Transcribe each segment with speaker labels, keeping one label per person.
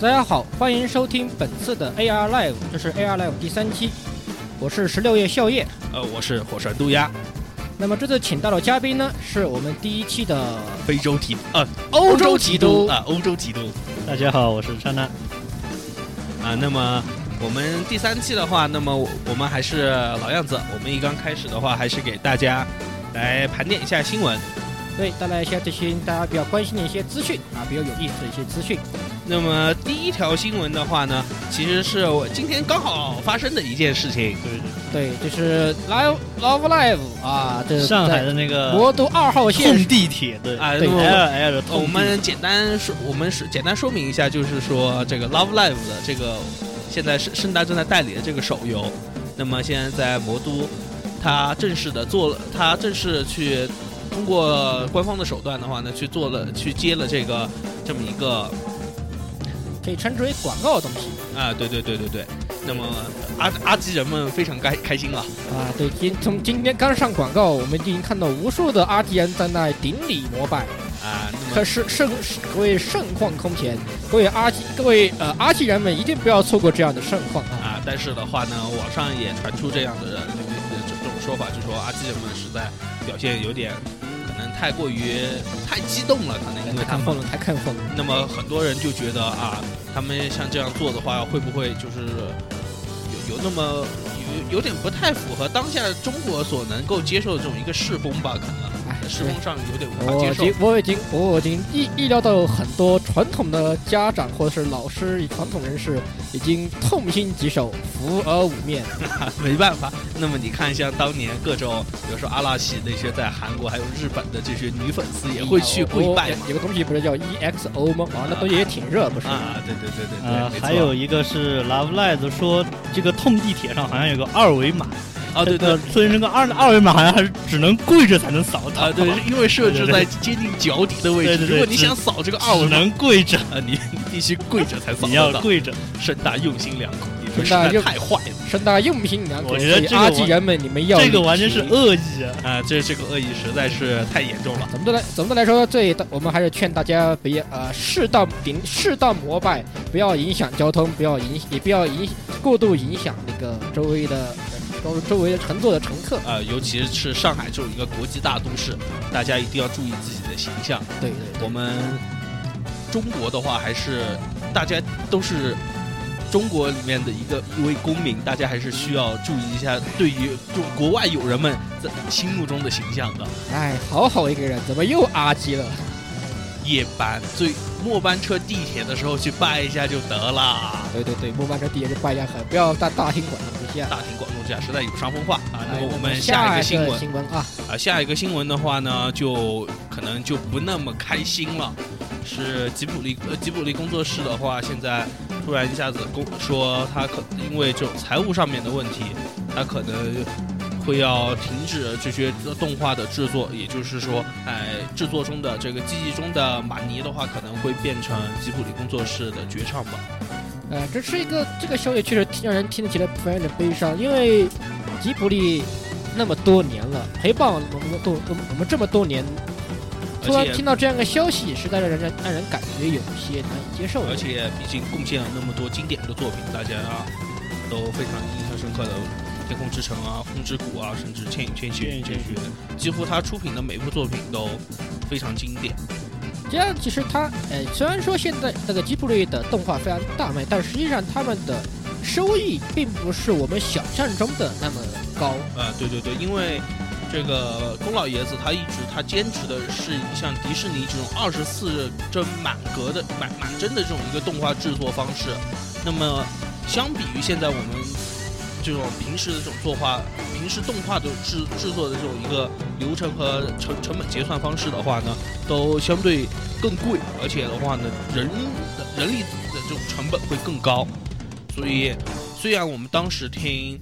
Speaker 1: 大家好，欢迎收听本次的 AR Live，这是 AR Live 第三期，我是十六夜笑夜。
Speaker 2: 呃，我是火山渡鸦，
Speaker 1: 那么这次请到的嘉宾呢，是我们第一期的
Speaker 2: 非洲提啊，
Speaker 1: 欧
Speaker 2: 洲
Speaker 1: 提
Speaker 2: 督啊，欧洲提督
Speaker 3: 大家好，我是莎娜。
Speaker 2: 啊。那么我们第三期的话，那么我们还是老样子，我们一刚开始的话，还是给大家来盘点一下新闻。
Speaker 1: 对，带来一些这些大家比较关心的一些资讯啊，比较有意思的一些资讯。
Speaker 2: 那么第一条新闻的话呢，其实是我今天刚好发生的一件事情。
Speaker 3: 对对
Speaker 1: 对，就是 Live Love Live 啊，这
Speaker 3: 对，
Speaker 1: 是
Speaker 3: 上海
Speaker 1: 在
Speaker 3: 的那个
Speaker 1: 魔都二号线
Speaker 3: 痛地铁，对
Speaker 2: 啊
Speaker 3: 对
Speaker 2: 那么
Speaker 3: L L 的
Speaker 2: 呃
Speaker 3: 痛
Speaker 2: 我
Speaker 3: 地
Speaker 2: 们简单说，我们是简单说明一下，就是说这个 Love Live 的这个现在是盛大正在代理的这个手游，那么现在在魔都，它正式的做了，它正式去通过官方的手段的话呢，去做了去接了这个这么一个
Speaker 1: 可以称之为广告的东西
Speaker 2: 啊，对对对对对，那么阿阿基人们非常开开心了。
Speaker 1: 啊。对，今从今天刚上广告，我们已经看到无数的 RTN 在那顶礼膜拜。
Speaker 2: 啊，那
Speaker 1: 可
Speaker 2: 么
Speaker 1: 是盛各位盛况空前，各位阿基各位呃阿基人们一定不要错过这样的盛况啊！
Speaker 2: 啊，但是的话呢，网上也传出这样的呃这这种说法，就说阿基人们实在表现有点可能太过于太激动了，可能因
Speaker 1: 太
Speaker 2: 为他
Speaker 1: 看
Speaker 2: 们
Speaker 1: 疯了，太看疯了。
Speaker 2: 那么很多人就觉得啊，他们像这样做的话，会不会就是有有那么有有点不太符合当下中国所能够接受的这种一个世风吧？可能
Speaker 1: 哎，
Speaker 2: 世
Speaker 1: 对
Speaker 2: 风上有点无法
Speaker 1: 我
Speaker 2: 接
Speaker 1: 已
Speaker 2: 受
Speaker 1: 经我已经我已经意意料到很多传统的家长或者是老师、传统人士已经痛心疾首、扶额捂面。
Speaker 2: 啊，没办法。那么你看，像当年各种，比如说阿拉西那些在韩国还有日本的这些女粉丝也会去跪拜嘛。
Speaker 1: 哎有个东西不是叫 EXO 吗？啊，那东西也挺热，不是？
Speaker 2: 啊，对对对对对，
Speaker 3: 呃，
Speaker 2: 没错
Speaker 3: 还有一个是 Love Live 说这个痛地铁上好像有个二维码，
Speaker 2: 啊，对对
Speaker 3: 呃，所以那个二二维码好像还是只能跪着才能扫到，
Speaker 2: 啊，对，因为设置在接近脚底的位置，
Speaker 3: 对对对
Speaker 2: 如果你想扫这个二维
Speaker 3: 只
Speaker 2: 码，
Speaker 3: 能跪着，
Speaker 2: 啊，你 你必须跪着才扫
Speaker 3: 你
Speaker 2: 得
Speaker 3: 要
Speaker 2: 到。
Speaker 3: 跪着。
Speaker 2: 盛大用心良苦，你们
Speaker 1: 盛
Speaker 2: 实
Speaker 1: 大
Speaker 2: 在
Speaker 1: 用
Speaker 2: 太坏了
Speaker 1: 盛大用心良苦，
Speaker 3: 我觉得
Speaker 1: 所以
Speaker 3: 这个
Speaker 1: 阿
Speaker 3: 完
Speaker 1: 基人们，你们要
Speaker 3: 这个
Speaker 1: 理
Speaker 3: 完全是
Speaker 1: 性
Speaker 3: 恶意啊！
Speaker 2: 啊！这这个恶意实在是太严重了。
Speaker 1: 总的来，总的来说，最我们还是劝大家不要呃适当顶适当膜拜，不要影响交通，不要影也不要影过度影响那个周围的周周围的乘坐的乘客。
Speaker 2: 啊，尤其是上海这种一个国际大都市，大家一定要注意自己的形象。
Speaker 1: 对对
Speaker 2: 我们中国的话，还是大家都是中国里面的一个一位公民，大家还是需要注意一下对于就国外友人们在心目中的形象的。
Speaker 1: 对，哎，好好一个人，怎么又阿基了？
Speaker 2: 夜班最末班车地铁的时候去拜一下就得了。
Speaker 1: 对对对，末班车地铁就拜一下狠，不要在大庭广众之下。
Speaker 2: 大庭广众之下实在有伤风化啊！那
Speaker 1: 哎
Speaker 2: 么我们
Speaker 1: 下
Speaker 2: 下一个新
Speaker 1: 新
Speaker 2: 闻
Speaker 1: 新闻啊，
Speaker 2: 啊，下一个新闻的话呢，就可能就不那么开心了。是吉卜力呃，吉卜力工作室的话，现在突然一下子公说他可因为这种财务上面的问题，他可能会要停止这些动画的制作，也就是说，哎，制作中的这个记忆中的马尼的话，可能会变成吉卜力工作室的绝唱吧。
Speaker 1: 呃，这是一个这个消息确实挺让人听起来非常有点悲伤，因为吉卜力那么多年了，陪伴我们多我们我们这么多年突
Speaker 2: 而
Speaker 1: 然
Speaker 2: 且
Speaker 1: 听到这样一个消息，实在让人让人感觉有些难以接受。
Speaker 2: 而且毕竟贡献了那么多经典的作品，大家都非常印象深刻的《天空之城》啊，《风之谷》啊，甚至《千与千寻》这些，几乎他出品的每部作品都非常经典。
Speaker 1: 这样其实它，呃，虽然说现在那个吉卜力的动画非常大卖，但实际上他们的收益并不是我们想象中的那么高。
Speaker 2: 呃，对对对，因为这个宫老爷子他一直他坚持的是像迪士尼这种二十四帧满格的满满帧的这种一个动画制作方式。啊那么，相比于现在我们这种平时的这种作画、平时动画的制制作的这种一个流程和成成本结算方式的话呢，都相对更贵，而且的话呢，人的人力的这种成本会更高。所以，虽然我们当时听。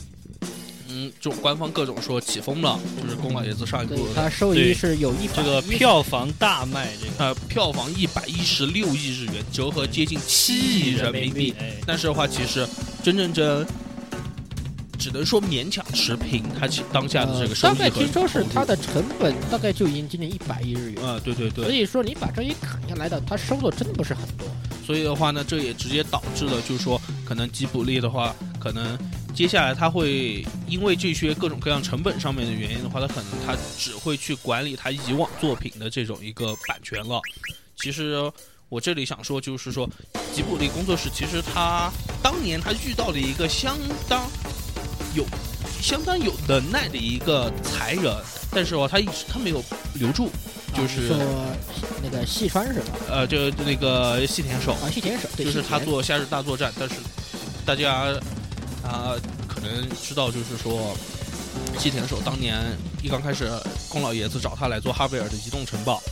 Speaker 2: 嗯，这种官方各种说起风了，就是宫老爷子上一部
Speaker 1: 对，它收益
Speaker 3: 对
Speaker 1: 是有一百
Speaker 3: 这个
Speaker 1: 一十
Speaker 3: 票房大卖，这个
Speaker 2: 呃，票房一百一十六亿日元，折合接近七亿人民币。，
Speaker 3: 哎，
Speaker 2: 但是的话，其实真真真只能说勉强持平，它其当下的这个收
Speaker 1: 呃
Speaker 2: 益
Speaker 1: 大概
Speaker 2: 和
Speaker 1: 听说是
Speaker 2: 投入
Speaker 1: 它的成本大概就已经接近一百亿日元，
Speaker 2: 呃，对对
Speaker 1: 所
Speaker 2: 对，
Speaker 1: 以说你把这一砍下来的，它收入真的不是很多。啊
Speaker 2: 所以的话呢，这也直接导致了，就是说，可能吉卜力的话，可能接下来它会因为这些各种各样成本上面的原因的话，它可能它只会去管理它以往作品的这种一个版权了。其实我这里想说，就是说，吉卜力工作室其实它当年它遇到了一个相当有。相当有能耐的一个才人，但是哦，他一直他没有留住，就是、
Speaker 1: 说那个细川是吧？
Speaker 2: 呃，就那个细田守，
Speaker 1: 啊，细田守，对
Speaker 2: 就是他
Speaker 1: 细田
Speaker 2: 做《夏日大作战》，但是大家啊、可能知道，就是说细田守当年一刚开始，宫老爷子找他来做哈维尔的《移动城堡》，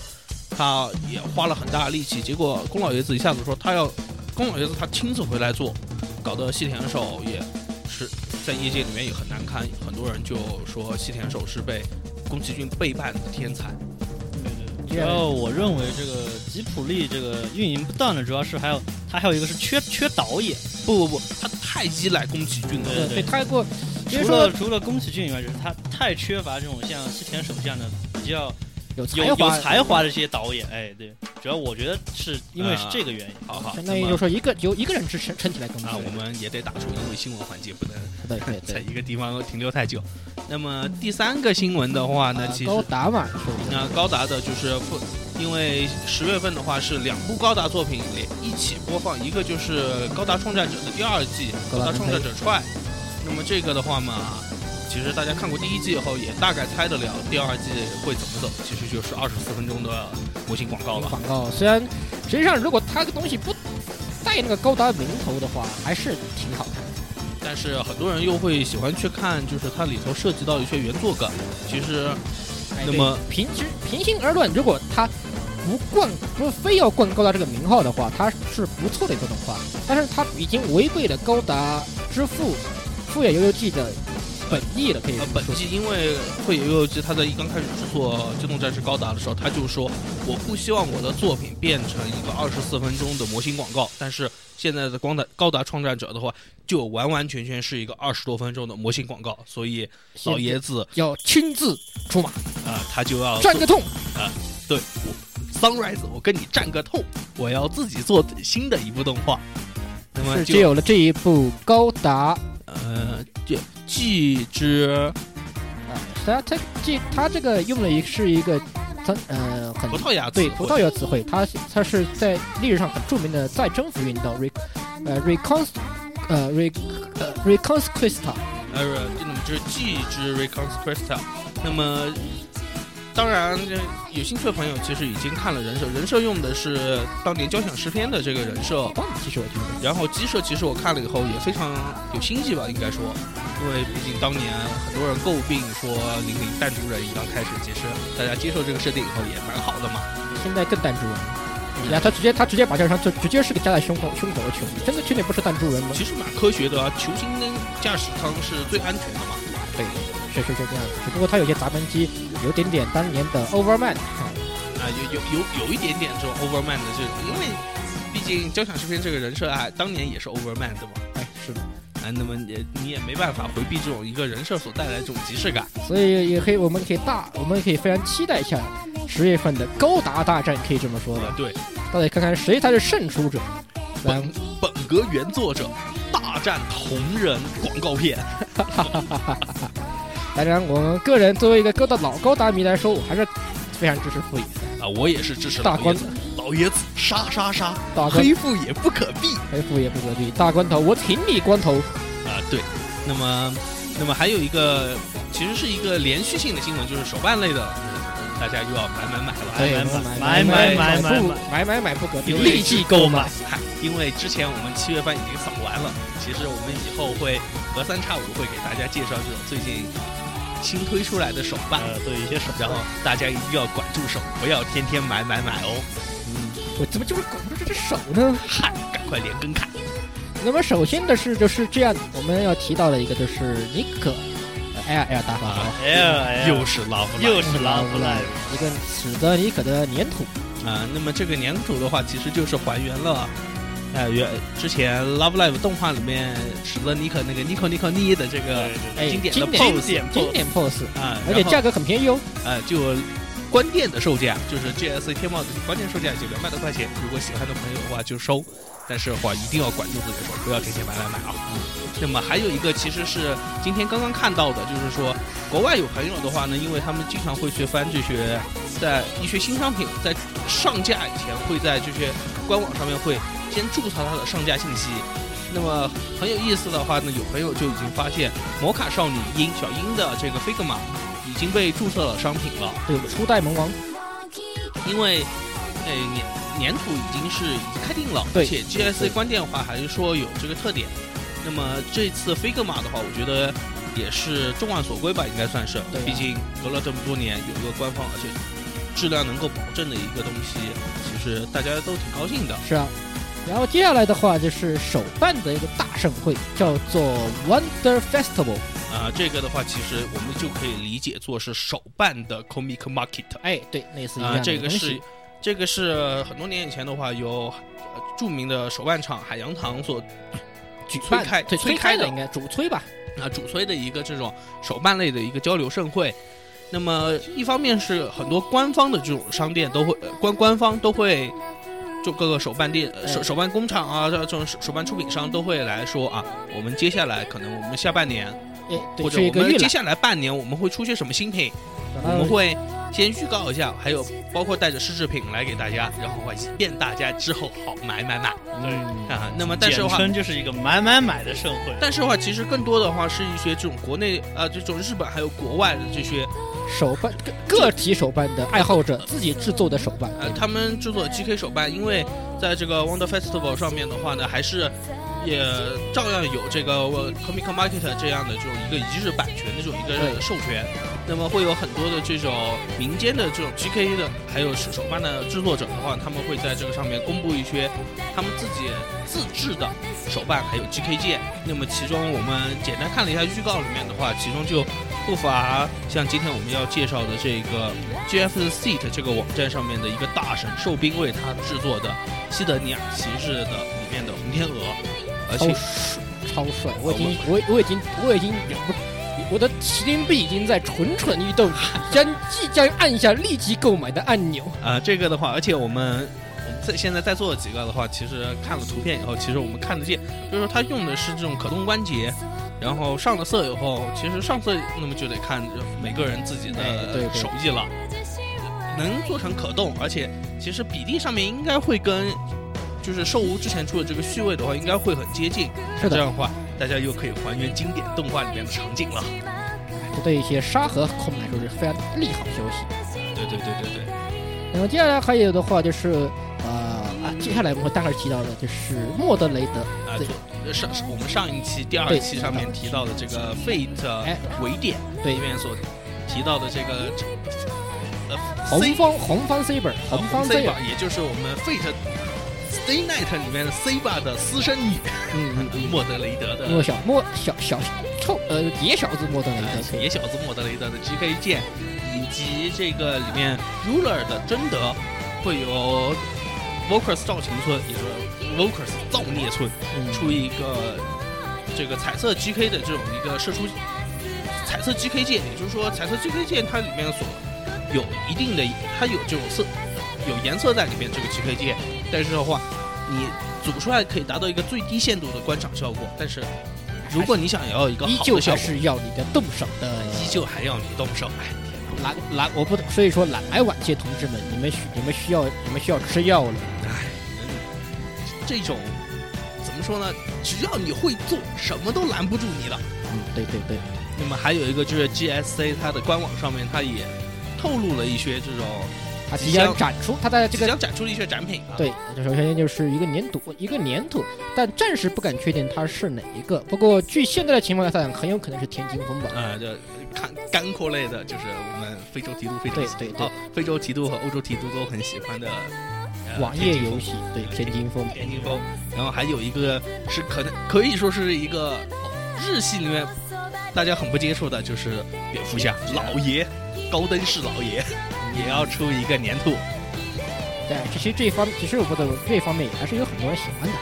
Speaker 2: 他也花了很大的力气，结果宫老爷子一下子说他要宫老爷子他亲自回来做，搞得细田守也是在业界里面也很难堪，很多人就说细田守是被宫崎骏背叛的天才。
Speaker 3: 主要我认为这个吉普力这个运营不当的，主要是还有它还有一个是缺缺导演，
Speaker 2: 不不不，他太依赖宫崎骏了。
Speaker 3: 对
Speaker 1: 呃对，太过，因为
Speaker 3: 除
Speaker 1: 说
Speaker 3: 了除了宫崎骏以外，就是他太缺乏这种像西田守这样的比较
Speaker 1: 有
Speaker 3: 有
Speaker 1: 才
Speaker 3: 有
Speaker 1: 华，
Speaker 3: 才华的这些导演。哎，对，主要我觉得是因为是
Speaker 2: 啊
Speaker 3: 这个原因。
Speaker 2: 好好，
Speaker 1: 相当于
Speaker 2: 那
Speaker 1: 就
Speaker 2: 么
Speaker 1: 是说一个由一个人支撑撑起来更
Speaker 2: 啊，我们也得打出，因为新闻环节不能
Speaker 1: 对对
Speaker 2: 在
Speaker 1: 对，
Speaker 2: 一个地方停留太久。那么第三个新闻的话呢，
Speaker 1: 啊
Speaker 2: 其实
Speaker 1: 高达嘛，是不是？
Speaker 2: 那高达的就是不，因为十月份的话是两部高达作品连一起播放，一个就是《高达创战者》的第二季《
Speaker 1: 高
Speaker 2: 高
Speaker 1: 达
Speaker 2: 达
Speaker 1: 创
Speaker 2: 创
Speaker 1: 战
Speaker 2: 战者 Try》，那么这个的话嘛，其实大家看过第一季以后也大概猜得了第二季会怎么走，其实就是二十四分钟的模型广告了。
Speaker 1: 广告虽然实际上如果它这个东西不带那个高达名头的话，还是挺好看的。
Speaker 2: 但是很多人又会喜欢去看，就是它里头涉及到一些原作梗。其实，
Speaker 1: 哎
Speaker 2: 那
Speaker 1: 对
Speaker 2: 么
Speaker 1: 平之平心而论，如果他不冠不非要冠高达这个名号的话，它是不错的一个动画，但是它已经违背了高达之父富野由悠季的本意了，可以这
Speaker 2: 呃
Speaker 1: 么，
Speaker 2: 本
Speaker 1: 说
Speaker 2: 季因为会有悠季他在一刚开始制作《机动战士高达》的时候，他就说我不希望我的作品变成一个二十四分钟的模型广告。但是现在的光达高达创战者的话，就完完全全是一个二十多分钟的模型广告，所以老爷子
Speaker 1: 要亲自出马，
Speaker 2: 啊、他就要
Speaker 1: 占个痛。
Speaker 2: 对我 Sunrise，我跟你战个透，我要自己做新的一部动画。那么
Speaker 1: 是
Speaker 2: 就
Speaker 1: 就有了这一部高达，
Speaker 2: 呃，这既之
Speaker 1: 呃，它它这它这个用了一是一个，它呃很
Speaker 2: 葡萄牙
Speaker 1: 对
Speaker 2: 词汇
Speaker 1: 葡萄牙词汇，它它是在历史上很著名的再征服运动 re 呃 reconst 呃 re 呃 reconquista
Speaker 2: 呃，这种就是 G 之 Reconquista。那么，当然，这有兴趣的朋友其实已经看了人设，人设用的是当年交响诗篇的这个人设。
Speaker 1: 忘了，其实我觉得
Speaker 2: 然后鸡舍其实我看了以后也非常有心计吧，应该说，因为毕竟当年很多人诟病说零零弹珠人一刚开始，其实大家接受这个设定以后也蛮好的嘛。
Speaker 1: 现在更弹珠人了。然后他直接他直接把这张就直接是给加在胸口胸口的球迷，真的球迷不是弹珠人吗？
Speaker 2: 其实蛮科学的啊，球星跟驾驶舱是最安全的嘛。
Speaker 1: 对，是是是这样子。只不过他有些闸门机有点点当年的 Overman，啊
Speaker 2: 啊，有有有有一点点这种 Overman 的，这，因为毕竟交响诗篇这个人设啊，当年也是 Overman 的嘛，
Speaker 1: 哎是的。
Speaker 2: 啊，那么也你也没办法回避这种一个人设所带来这种即视感。
Speaker 1: 所以也可以，我们可以大，我们可以非常期待一下十月份的高达大战，可以这么说吧
Speaker 2: 啊，。对，
Speaker 1: 到底看看谁才是胜出者。咱
Speaker 2: 本本格原作者大战同人广告片，
Speaker 1: 当然，我们个人作为一个高达老高达迷来说，我还是非常支持傅野
Speaker 2: 啊，我也是支持
Speaker 1: 大
Speaker 2: 老爷
Speaker 1: 关
Speaker 2: 子，老爷子杀杀杀，
Speaker 1: 大关
Speaker 2: 黑富也不可避
Speaker 1: 黑傅野不可避，大关头我挺你关头。
Speaker 2: 啊，对，那么那么还有一个其实是一个连续性的新闻，就是手办类的，嗯大家又要买买买了。
Speaker 1: 对，哎买买不买买买不可避，立即购买。
Speaker 2: 嗨，因为之前我们七月份已经扫完了，其实我们以后会隔三差五会给大家介绍这种最近新推出来的手办，
Speaker 3: 呃，对一些手
Speaker 2: 然后大家一定要管住手，不要天天买买买哦，
Speaker 1: 嗯我怎么就是管不住这只手呢？
Speaker 2: 嗨，赶快连根看。
Speaker 1: 那么首先的是就是这样，我们要提到的一个就是尼可，哎呀哎呀，大法好。
Speaker 3: 哎呀哎呀，
Speaker 2: 又是 Love Live
Speaker 3: 又是 Love Live，
Speaker 1: 一个使得尼可的粘土，
Speaker 2: 啊、那么这个粘土的话，其实就是还原了。呃，原之前 Love Live 动画里面使得尼可那个尼可尼可尼的这个
Speaker 3: 对对对
Speaker 1: 哎，
Speaker 2: 经典的
Speaker 1: 经典
Speaker 2: pose
Speaker 1: 经典 pose，
Speaker 2: 啊，
Speaker 1: 而且
Speaker 2: 哦然后
Speaker 1: 价格很便宜哦。
Speaker 2: 呃，就关店的售价，就是 GSC 天猫的关店售价就两百多块钱。如果喜欢的朋友的话就收，但是的话一定要管住自己的手，不要天天买买买啊。那么还有一个其实是今天刚刚看到的，就是说国外有朋友的话呢，因为他们经常会去翻这些，在一些新商品在上架以前会在这些官网上面会先注册它的上架信息。那么很有意思的话呢，有朋友就已经发现摩卡少女樱小樱的这个 Figma 已经被注册了商品了，
Speaker 1: 对，初代萌王，
Speaker 2: 因为呃年年土已经是已经开定了，
Speaker 1: 对
Speaker 2: 而且
Speaker 1: 对
Speaker 2: GSC 关店的话还是说有这个特点。那么这次 Figma 的话，我觉得也是众望所归吧，应该算是
Speaker 1: 对啊，
Speaker 2: 毕竟隔了这么多年，有一个官方而且质量能够保证的一个东西，其实大家都挺高兴的。
Speaker 1: 是啊。然后接下来的话就是首办的一个大盛会，叫做 Wonder Festival。
Speaker 2: 啊、这个的话，其实我们就可以理解作是手办的 Comic Market
Speaker 1: 哎，对，类似于
Speaker 2: 啊、
Speaker 1: 样的
Speaker 2: 这个
Speaker 1: 东西
Speaker 2: 是这个是很多年以前的话，由呃著名的手办厂海洋堂所
Speaker 1: 举
Speaker 2: 催
Speaker 1: 办
Speaker 2: 开
Speaker 1: 对
Speaker 2: 催
Speaker 1: 开
Speaker 2: 开的
Speaker 1: 应该主催吧？
Speaker 2: 啊主催的一个这种手办类的一个交流盛会。那么一方面是很多官方的这种商店都会呃官官方都会。就各个手办店、呃手
Speaker 1: 嗯
Speaker 2: 手办工厂啊，这这种手手办出品商都会来说啊，我们接下来可能我们下半年
Speaker 1: 哎，对，
Speaker 2: 或者
Speaker 1: 是一
Speaker 2: 我
Speaker 1: 个
Speaker 2: 们
Speaker 1: 预
Speaker 2: 接
Speaker 1: 览，
Speaker 2: 下来半年我们会出些什么新品，我
Speaker 1: 然后
Speaker 2: 们会先预告一下，还有包括带着试制品来给大家，然后话以便大家之后好买买买
Speaker 3: 对，
Speaker 2: 啊。那么但是的
Speaker 3: 简
Speaker 2: 话，
Speaker 3: 称就是一个买买买的盛会。
Speaker 2: 但是的话，其实更多的话是一些这种国内啊，这种日本还有国外的这些
Speaker 1: 手办个个体手办的爱好者自己制作的手办，
Speaker 2: 呃，他们制作 GK 手办，因为在这个 Wonder Festival 上面的话呢，还是也照样有这个呃 Comic Market 这样的这种一个一日版权的这种一
Speaker 1: 对
Speaker 2: 个授权，那么会有很多的这种民间的这种 GK 的，还有手办的制作者的话，他们会在这个上面公布一些他们自己自制的手办还有 GK 键。那么其中我们简单看了一下预告里面的话，其中就不乏像今天我们要介绍的这个 GF Seat 这个网站上面的一个大神寿兵为他制作的西德尼亚骑士的里面的红天鹅，而
Speaker 1: 超
Speaker 2: 且
Speaker 1: 帅，超帅！我已经，我我已经，我已经忍不，我的麒麟臂已经在蠢蠢欲 动，将即将按下立即购买的按钮。
Speaker 2: 啊、这个的话，而且我们我们在现在在座的几个的话，其实看了图片以后，其实我们看得见，就是它用的是这种可动关节，然后上了色以后，其实上色那么就得看每个人自己的
Speaker 1: 哎对对
Speaker 2: 手艺了，能做成可动，而且其实比例上面应该会跟就是兽屋之前出的这个序位的话，应该会很接近，
Speaker 1: 是
Speaker 2: 这
Speaker 1: 的，
Speaker 2: 样的话，大家又可以还原经典动画里面的场景了。
Speaker 1: 这对一些沙盒控来说是非常利好消息。
Speaker 2: 对对对对对，
Speaker 1: 然后接下来还有的话就是，呃啊，接下来我们会待会儿提到的就是莫德雷德，
Speaker 2: 啊、
Speaker 1: 对
Speaker 2: 呃上我们上一期第二
Speaker 1: 对
Speaker 2: 期上面提到的这个 Fate
Speaker 1: 哎，
Speaker 2: 维典
Speaker 1: 对
Speaker 2: 里面所提到的这个呃
Speaker 1: 红
Speaker 2: C
Speaker 1: 方红方 saber，红方
Speaker 2: C
Speaker 1: saber，
Speaker 2: 吧，也就是我们 Fate Stay Night 里面的 C 吧的私生女
Speaker 1: 嗯嗯嗯，
Speaker 2: 莫德雷德
Speaker 1: 莫
Speaker 2: 的
Speaker 1: 小莫小小臭呃野小子莫德雷德可以
Speaker 2: 啊呃野小子莫德雷德的 GK 键，以及这个里面 Ruler 的贞德，会有 Vocus 赵晴村，也就是 Vocus 造孽村。
Speaker 1: 嗯
Speaker 2: 出一个这个彩色 GK 的这种一个射出彩色 GK 键，也就是说彩色 GK 键它里面所有一定的，它有这种色有颜色在里面这个 GK 键，但是的话，你组出来可以达到一个最低限度的观赏效果，但是如果你想要一个
Speaker 1: 依
Speaker 2: 好
Speaker 1: 旧
Speaker 2: 的效
Speaker 1: 还
Speaker 2: 果，啊
Speaker 1: 是要你的动手的，
Speaker 2: 依旧还要你动手。哎，
Speaker 1: 来来，我不懂，所以说来来晚些同志们，你们需你们需要你们需要吃药了。
Speaker 2: 这种怎么说呢？只要你会做，什么都拦不住你的。
Speaker 1: 嗯，对对对，
Speaker 2: 那么还有一个就是 GSC 它的官网上面，它也透露了一些这种
Speaker 1: 他即
Speaker 2: 即将
Speaker 1: 将展出，他在这
Speaker 2: 即
Speaker 1: 个
Speaker 2: 将展出的一些展品啊。
Speaker 1: 对，这首先就是一个粘土，一个粘土，但暂时不敢确定它是哪一个。不过据现在的情况来看，很有可能是天津风暴。
Speaker 2: 呃，这看干货类的，就是我们非洲提督非常
Speaker 1: 对
Speaker 2: 喜
Speaker 1: 对
Speaker 2: 哦，非洲提督和欧洲提督都很喜欢的、呃
Speaker 1: 网页游戏对天津风，
Speaker 2: 天津风，然后还有一个是可能可以说是一个、哦日系里面大家很不接触的，就是蝙蝠侠老爷高登市老爷也要出一个粘土
Speaker 1: 对，其实这一方，其实我觉得这一方面也还是有很多人喜欢的，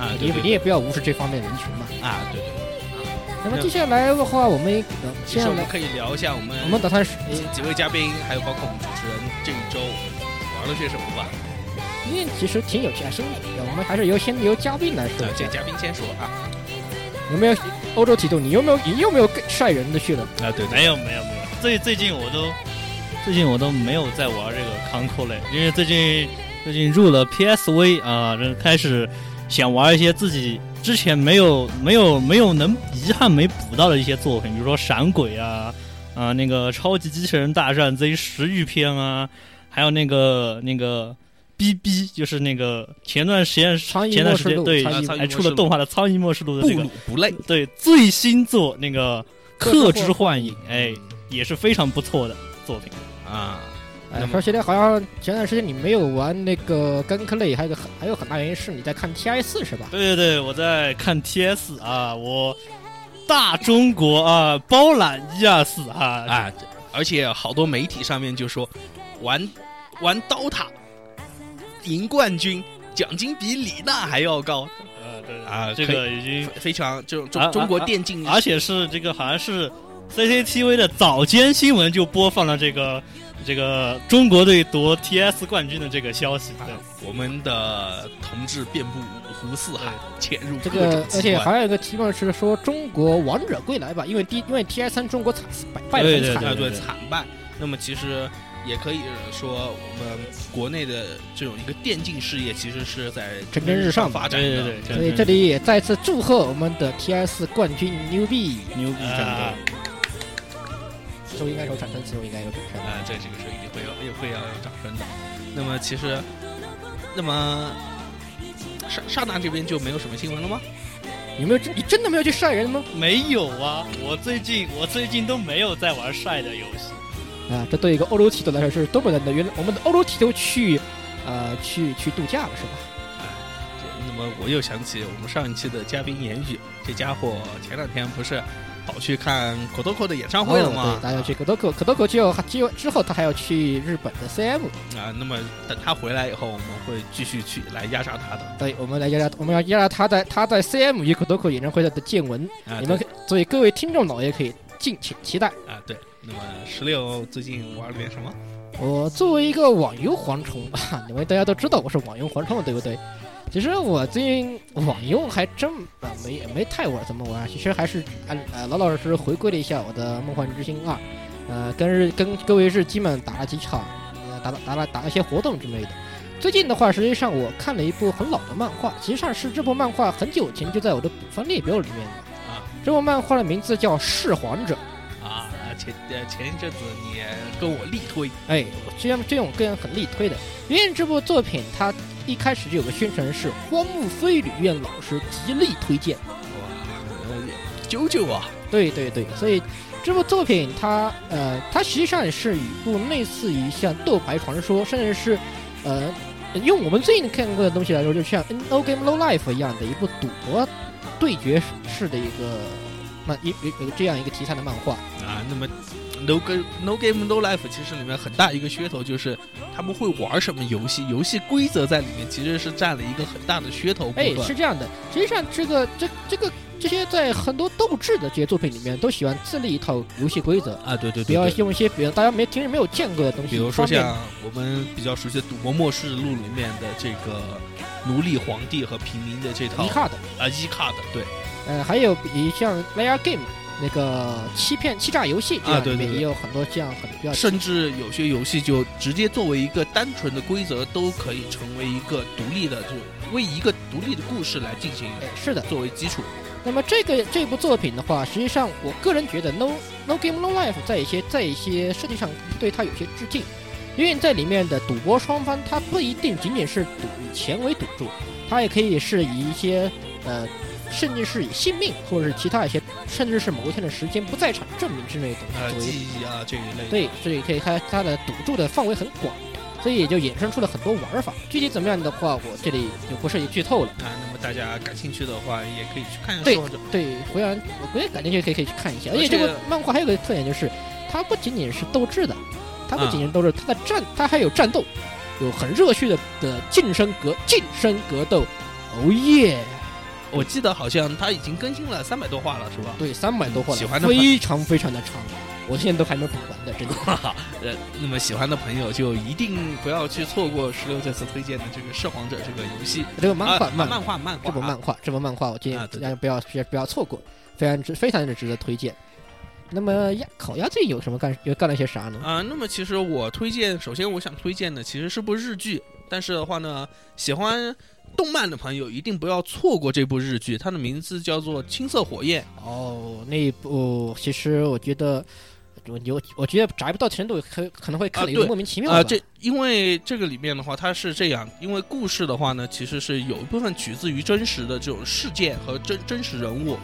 Speaker 2: 啊，
Speaker 1: 你
Speaker 2: 对对
Speaker 1: 你也不要无视这方面人群嘛。
Speaker 2: 啊，对对。
Speaker 1: 那么接下来的话，我们呃
Speaker 2: 其
Speaker 1: 接
Speaker 2: 实
Speaker 1: 下
Speaker 2: 我们
Speaker 1: 来
Speaker 2: 可以聊一下我们
Speaker 1: 我们打算呃是，
Speaker 2: 几几位嘉宾，还有包括我们主持人这一周玩了些什么吧。
Speaker 1: 因为其实挺有趣啊，先我们还是由先由嘉宾来说
Speaker 2: 那
Speaker 1: 一
Speaker 2: 这
Speaker 1: 下，
Speaker 2: 嘉宾先说啊。
Speaker 1: 有没有欧洲体重？你有没有你有没有更晒人的去了？
Speaker 2: 啊，对
Speaker 3: 没有没有没有，最最近我都最近我都没有在玩这个康扣类，因为最近最近入了 PSV 啊，这开始想玩一些自己之前没有没有没有能遗憾没补到的一些作品，比如说《闪鬼》啊啊那个《超级机器人大战 Z 十预篇》啊，还有那个那个。B B 就是那个前段时间，
Speaker 1: 苍
Speaker 3: 前
Speaker 1: 蝇
Speaker 3: 段
Speaker 1: 末
Speaker 3: 时
Speaker 1: 世
Speaker 3: 间
Speaker 1: 录，
Speaker 3: 对
Speaker 1: 苍
Speaker 2: 啊
Speaker 1: 蝇
Speaker 2: 苍蝇
Speaker 3: 还出
Speaker 2: 末世
Speaker 3: 了
Speaker 2: 录
Speaker 3: 动画的《苍蝇末世录》的
Speaker 2: 不
Speaker 3: 这个
Speaker 2: 鲁不累，
Speaker 3: 对最新作那个《
Speaker 1: 克之
Speaker 3: 克之
Speaker 1: 幻
Speaker 3: 幻
Speaker 1: 影
Speaker 3: 影》，哎，也是非常不错的作品。
Speaker 2: 啊，
Speaker 1: 哎
Speaker 2: 那，么
Speaker 1: 说起来好像前段时间你没有玩那个《根科类》，还有一个很还有很大原因是你在看 TI 四是吧？
Speaker 3: 对对对，我在看 TS 啊，我大中国啊包揽一二四啊，
Speaker 2: 啊，而且好多媒体上面就说玩玩刀塔赢冠军，奖金比李娜还要高
Speaker 3: 呃对
Speaker 2: 啊
Speaker 3: 这个已经，
Speaker 2: 非常这种
Speaker 3: 嗯啊啊
Speaker 2: 中中国电竞
Speaker 3: 而且是这个好像是 CCTV 的早间新闻就播放了这个这个中国队夺 TS 冠军的这个消息。对
Speaker 2: 啊我们的同志遍布五湖四海，潜入
Speaker 1: 这
Speaker 2: 各
Speaker 1: 个
Speaker 2: 种，
Speaker 1: 而
Speaker 2: 机
Speaker 1: 且
Speaker 2: 关。
Speaker 1: 还有一个情况是说中国王者归来吧，因为第因为 TI 三中国惨败败得很
Speaker 3: 对对
Speaker 1: 惨
Speaker 2: 啊，，对，惨败。那么其实也可以说，我们国内的这种一个电竞事业，其实是在
Speaker 1: 蒸蒸日上
Speaker 2: 发展
Speaker 3: 对
Speaker 2: 的。
Speaker 3: 对对，
Speaker 1: 所以这里也再次祝贺我们的 TI 四冠军牛逼！
Speaker 3: 牛逼
Speaker 2: 啊
Speaker 1: 这应该有掌声，此处应该有掌声。
Speaker 2: 啊，在这个时候一定会要也会要有掌声的。那么其实，那么沙沙达这边就没有什么新闻了吗？
Speaker 1: 有没有真你真的没有去晒人吗？
Speaker 3: 没有啊，我最近我最近都没有在玩晒的游戏。
Speaker 1: 啊，这对一个欧洲体头来说是多么难得！原来我们的欧洲体头去，呃，去去度假了是吧？
Speaker 2: 那么我又想起我们上一期的嘉宾言语，这家伙前两天不是跑去看 k o t o k o 的演唱会了
Speaker 1: 哦
Speaker 2: 吗？
Speaker 1: 对，大家去可多可可多可就就之后，他还要去日本的 CM。
Speaker 2: 啊。那么等他回来以后，我们会继续去来压榨他的
Speaker 1: 对，我们来压榨，我们要压榨他在他在 CM 与可多可演唱会的见闻。
Speaker 2: 啊。
Speaker 1: 你们可所以各位听众老爷可以敬请期待。
Speaker 2: 对啊，对。那么十六最近玩了点什么？
Speaker 1: 我作为一个网游蝗虫吧， 因为大家都知道我是网游蝗虫，对不对？其实我最近网游还真啊没没太玩怎么玩，其实还是啊呃老老实实回归了一下我的《梦幻之星二》，呃跟日跟各位日机们打了几场，呃打打打了打了一些活动之类的。最近的话，实际上我看了一部很老的漫画，其实上是这部漫画很久前就在我的补番列表里面的
Speaker 2: 啊。
Speaker 1: 这部漫画的名字叫《噬皇者》。
Speaker 2: 啊，前呃前一阵子你跟我力推
Speaker 1: 哎，我这样这种个人很力推的，因为这部作品它一开始就有个宣传是荒木飞吕彦老师极力推荐，
Speaker 2: 哇，九九啊，
Speaker 1: 对对对，所以这部作品它呃，它实际上是一部类似于像《斗白传说》，甚至是呃，用我们最近看过的东西来说，就像《N O Game Low Life》一样的一部赌博对决式的一个漫一一一个这样一个题材的漫画。
Speaker 2: 啊，那么 No Game No Game No Life 其实里面很大一个噱头就是他们会玩什么游戏，游戏规则在里面其实是占了一个很大的噱头部
Speaker 1: 哎，
Speaker 2: 分。
Speaker 1: 是这样的，实际上这个这这个这些在很多斗志的这些作品里面，都喜欢自立一套游戏规则，
Speaker 2: 啊，对对
Speaker 1: 不
Speaker 2: 对
Speaker 1: 要
Speaker 2: 对。
Speaker 1: 用一些比如大家没平时没有见过的东西，
Speaker 2: 比如说
Speaker 1: 方便
Speaker 2: 像我们比较熟悉的《赌博默示录》里面的这个奴隶皇帝和平民的这套
Speaker 1: 一卡的，
Speaker 2: 啊一卡的，对
Speaker 1: 呃，还有比像 VR game 那个欺骗欺诈游戏这
Speaker 2: 啊
Speaker 1: 样
Speaker 2: 对
Speaker 1: 里
Speaker 2: 对
Speaker 1: 面
Speaker 2: 对
Speaker 1: 也有很多这样很比较
Speaker 2: 甚至有些游戏就直接作为一个单纯的规则都可以成为一个独立的，就为一个独立的故事来进行
Speaker 1: 哎是的。
Speaker 2: 作为基础。
Speaker 1: 那么这个这部作品的话，实际上我个人觉得 No No Game No Life 在一些在一些设计上对它有些致敬，因为在里面的赌博双方，它不一定仅仅是赌以钱为赌注，它也可以是以一些呃，甚至是以性命或者是其他一些，甚至是某一天的时间不在场证明之类的
Speaker 2: 呃，
Speaker 1: 东西作为
Speaker 2: 记忆啊这一类的。
Speaker 1: 对，所以可以看它的赌注的范围很广，所以也就衍生出了很多玩法。具体怎么样的话，我这里就不涉及剧透了。
Speaker 2: 啊，那么大家感兴趣的话，也可以去看一下
Speaker 1: 对
Speaker 2: 或者
Speaker 1: 对，回来我估计感兴趣可以可以去看一下。
Speaker 2: 而
Speaker 1: 而且这
Speaker 2: 且
Speaker 1: 个漫画还有个特点就是，它不仅仅是斗智的，它不
Speaker 2: 啊
Speaker 1: 仅仅是斗智，它的战它还有战斗，有很热血的的近身格近身格斗。哦耶！
Speaker 2: 我记得好像它已经更新了三百多话了，是吧？
Speaker 1: 对，三百多话
Speaker 2: 嗯喜
Speaker 1: 了，
Speaker 2: 欢的
Speaker 1: 非常非常的长，啊我现在都还没补完的， 真的。
Speaker 2: 呃，那么喜欢的朋友就一定不要去错过十六这次推荐的这个《噬皇者》这个游戏
Speaker 1: 这个漫画
Speaker 2: 啊
Speaker 1: 漫
Speaker 2: 漫画漫
Speaker 1: 这
Speaker 2: 画
Speaker 1: 本漫画，这本漫画我建议
Speaker 2: 啊
Speaker 1: 大
Speaker 2: 对
Speaker 1: 家不要不要不要错过，非常值非常的值得推荐。那么鸭烤鸭这有什么干又干了些啥呢？
Speaker 2: 啊、那么其实我推荐，首先我想推荐的其实是部日剧，但是的话呢，喜欢动漫的朋友一定不要错过这部日剧，它的名字叫做《青色火焰》。
Speaker 1: 哦，那一部其实我觉得我我我觉得宅不到程度，可可能会看了
Speaker 2: 啊
Speaker 1: 有点
Speaker 2: 对
Speaker 1: 莫名其妙吧。
Speaker 2: 啊、这因为这个里面的话，它是这样，因为故事的话呢，其实是有一部分取自于真实的这种事件和真真实人物，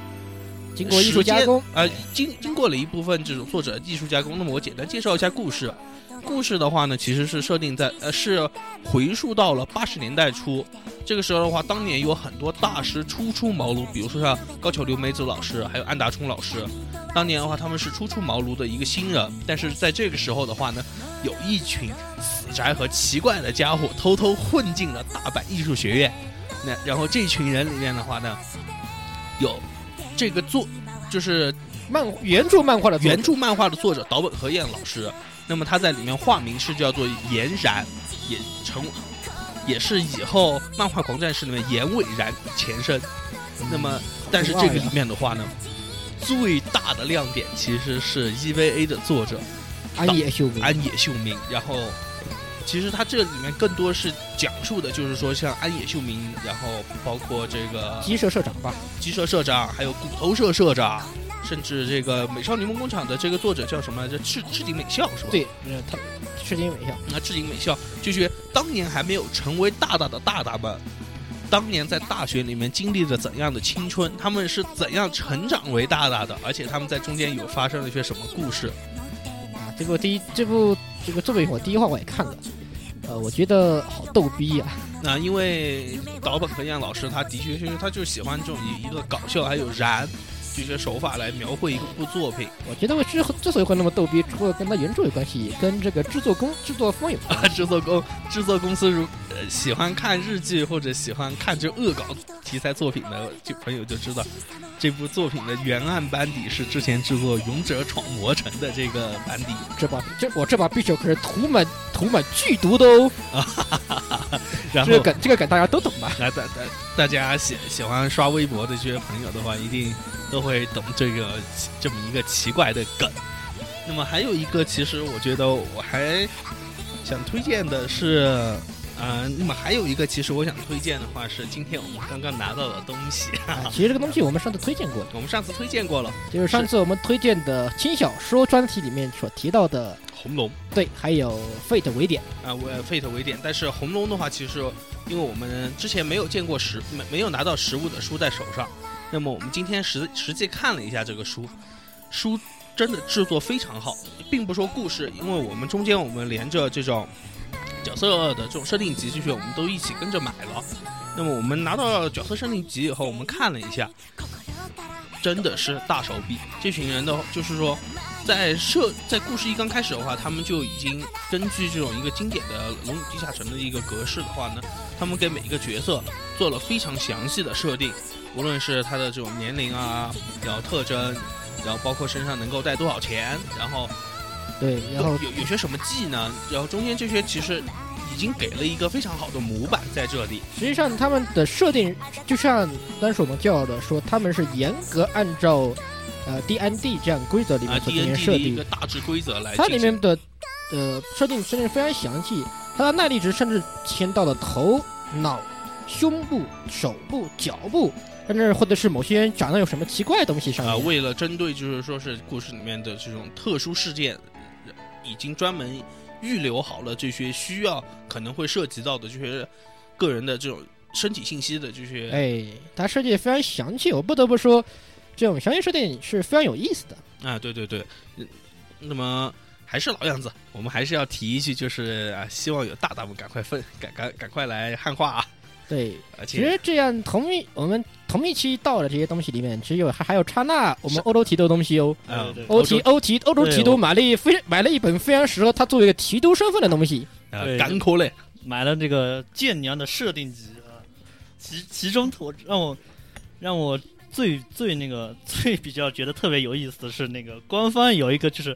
Speaker 1: 经过艺术加工
Speaker 2: 啊、经经过了一部分这种作者艺术加工。那么我简单介绍一下故事，啊故事的话呢，其实是设定在呃是回溯到了八十年代初，这个时候的话，当年有很多大师初出茅庐，比如说像高桥留美子老师，还有安达充老师。当年的话，他们是初出茅庐的一个新人，但是在这个时候的话呢，有一群死宅和奇怪的家伙偷偷混进了大阪艺术学院。那然后这群人里面的话呢，有这个作就是
Speaker 1: 漫原著漫画的作者
Speaker 2: 原著漫画的作者岛本和彦老师，那么他在里面化名是叫做岩然，也成也是以后漫画狂战士里面岩尾然前身。那么，
Speaker 1: 嗯
Speaker 2: 但是这个里面的话呢，最大的亮点其实是 EVA 的作者
Speaker 1: 安
Speaker 2: 啊
Speaker 1: 野秀明，
Speaker 2: 安野秀明，然后。其实他这里面更多是讲述的，就是说像安野秀明，然后包括这个
Speaker 1: 鸡社社长吧，
Speaker 2: 鸡社社长，还有骨头社社长，甚至这个美少女梦工厂的这个作者叫什么来着？赤赤井美孝是吧？，
Speaker 1: 对，呃他赤井美孝，
Speaker 2: 那赤井美孝就是当年还没有成为大大的大大们，当年在大学里面经历了怎样的青春，他们是怎样成长为大大的，而且他们在中间有发生了一些什么故事？
Speaker 1: 啊，这部第一这部这个作品我第一话我也看了，呃，我觉得好逗逼啊呀、
Speaker 2: 那因为岛本和彦老师他的确是他就喜欢这种以一个搞笑还有燃这些手法来描绘一个部作品。
Speaker 1: 我觉得我之后之所以会那么逗逼，除了跟他原著有关系，也跟这个制作工制作方有关。
Speaker 2: 啊， 制作公制作公司如、呃、喜欢看日剧或者喜欢看这恶搞题材作品的就朋友就知道，这部作品的原案班底是之前制作《勇者闯魔城》的这个班底。
Speaker 1: 这把这我这把匕首可是涂满涂满剧毒的哦，
Speaker 3: 然
Speaker 1: 这个
Speaker 3: 后
Speaker 1: 梗这个梗大家都懂吧？
Speaker 2: 来，大大大家喜喜欢刷微博的这些朋友的话，一定都会懂这个这么一个奇怪的梗。那么还有一个，其实我觉得我还想推荐的是，呃，那么还有一个，其实我想推荐的话是今天我们刚刚拿到的东西。
Speaker 1: 啊，其实这个东西我们上次推荐过的，
Speaker 2: 我们上次推荐过了《
Speaker 1: 就是上次我们推荐的轻小说专题里面所提到的，
Speaker 2: 红龙》
Speaker 1: 对，还有 Fate 维典，
Speaker 2: 啊，我 Fate 为点，但是《红龙》的话，其实因为我们之前没有见过实没没有拿到实物的书在手上，那么我们今天实实际看了一下这个书，书真的制作非常好，并不说故事，因为我们中间我们连着这种角色的这种设定集进去，我们都一起跟着买了。那么我们拿到角色设定集以后，我们看了一下，真的是大手笔。这群人的，就是说，在设在故事一刚开始的话，他们就已经根据这种一个经典的《龙与地下城》的一个格式的话呢，他们给每一个角色做了非常详细的设定，无论是他的这种年龄啊，然后特征，然后包括身上能够带多少钱，然 后
Speaker 1: 对，然后
Speaker 2: 有有有些什么技能，然后中间这些其实已经给了一个非常好的模板在这里。
Speaker 1: 实际上他们的设定就像当时我们教的说，他们是严格按照呃 D N D 这样规则里
Speaker 2: 啊
Speaker 1: 面所
Speaker 2: D
Speaker 1: 进行
Speaker 2: N D
Speaker 1: 设
Speaker 2: 的一
Speaker 1: 定
Speaker 2: 个，大致规则来进
Speaker 1: 它
Speaker 2: 行。
Speaker 1: 里面的呃设定真的非常详细，它的耐力值甚至牵到了头、脑、胸部、手部、脚部，甚至或者是某些人长得有什么奇怪的东西上
Speaker 2: 啊、
Speaker 1: 面。
Speaker 2: 为了针对就是说是故事里面的这种特殊事件，呃已经专门预留好了这些需要可能会涉及到的这些个人的这种身体信息的这些。
Speaker 1: 哎，它设计得非常详细，我不得不说，这种详细设定是非常有意思的。
Speaker 2: 啊，对对对，嗯那么还是老样子，我们还是要提一句，就是啊，希望有大大们赶快分，赶赶赶快来汉化啊！
Speaker 1: 对，
Speaker 2: 而
Speaker 1: 其
Speaker 2: 且
Speaker 1: 实这样同一我们同一期到的这些东西里面，其实有还还有刹那我们欧洲提到的东西哦。
Speaker 2: 啊
Speaker 3: 对对
Speaker 1: 欧提欧提欧洲
Speaker 3: 对
Speaker 1: 提督
Speaker 3: 我
Speaker 1: 买了一非买了一本非常适合他作为一个提督身份的东西，
Speaker 2: 啊
Speaker 3: 对，
Speaker 2: 港口嘞，
Speaker 3: 买了这个剑娘的设定集啊，其其中我让我让我最最那个最比较觉得特别有意思的是，那个官方有一个就是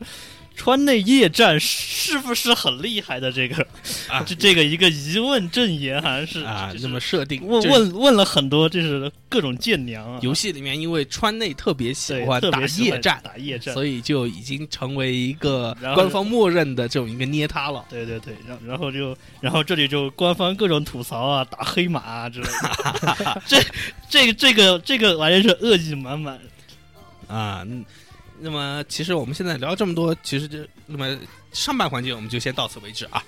Speaker 3: 川内夜战是不是很厉害的这个
Speaker 2: 啊
Speaker 3: 这这个一个疑问阵言，好像是
Speaker 2: 啊，
Speaker 3: 嗯就是
Speaker 2: 那么设定
Speaker 3: 问
Speaker 2: 这
Speaker 3: 问问了很多，就是各种舰娘啊，
Speaker 2: 游戏里面，因为川内特别喜
Speaker 3: 对
Speaker 2: 欢
Speaker 3: 特
Speaker 2: 打
Speaker 3: 别喜欢
Speaker 2: 夜战，
Speaker 3: 打夜战，
Speaker 2: 所以就已经成为一个
Speaker 3: 然后
Speaker 2: 官方默认的这种一个捏他了。
Speaker 3: 对对对，然然后就，然后这里就官方各种吐槽啊，打黑马啊之类的， 这这个这个这个完全是恶意满满。
Speaker 2: 啊。嗯那么，其实我们现在聊这么多，其实这那么上半环节我们就先到此为止啊。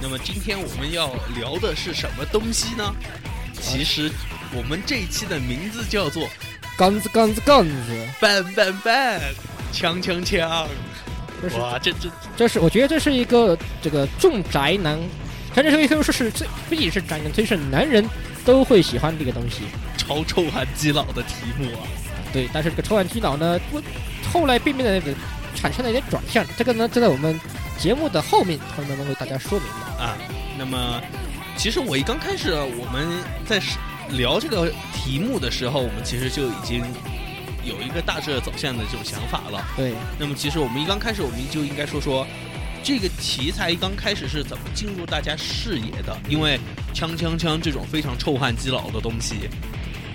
Speaker 2: 那么今天我们要聊的是什么东西呢？其实我们这一期的名字叫做
Speaker 1: 杠子杠子杠子，
Speaker 2: “棒棒棒，枪枪枪
Speaker 1: 这”。是
Speaker 2: 哇，这这
Speaker 1: 这是我觉得这是一个这个重宅男，他这是一个说是最不仅是宅男，最是男人都会喜欢这个东西。
Speaker 2: 超臭汗基佬的题目啊！
Speaker 1: 对，但是这个抽完基佬呢，我后来并没有产生了一点转向，这个呢就在我们节目的后面，后面会为大家说明的。
Speaker 2: 啊，那么其实我一刚开始我们在聊这个题目的时候，我们其实就已经有一个大致走向的这种想法了。
Speaker 1: 对，
Speaker 2: 那么其实我们一刚开始，我们就应该说说这个题材一刚开始是怎么进入大家视野的，因为枪枪枪这种非常臭汗基佬的东西。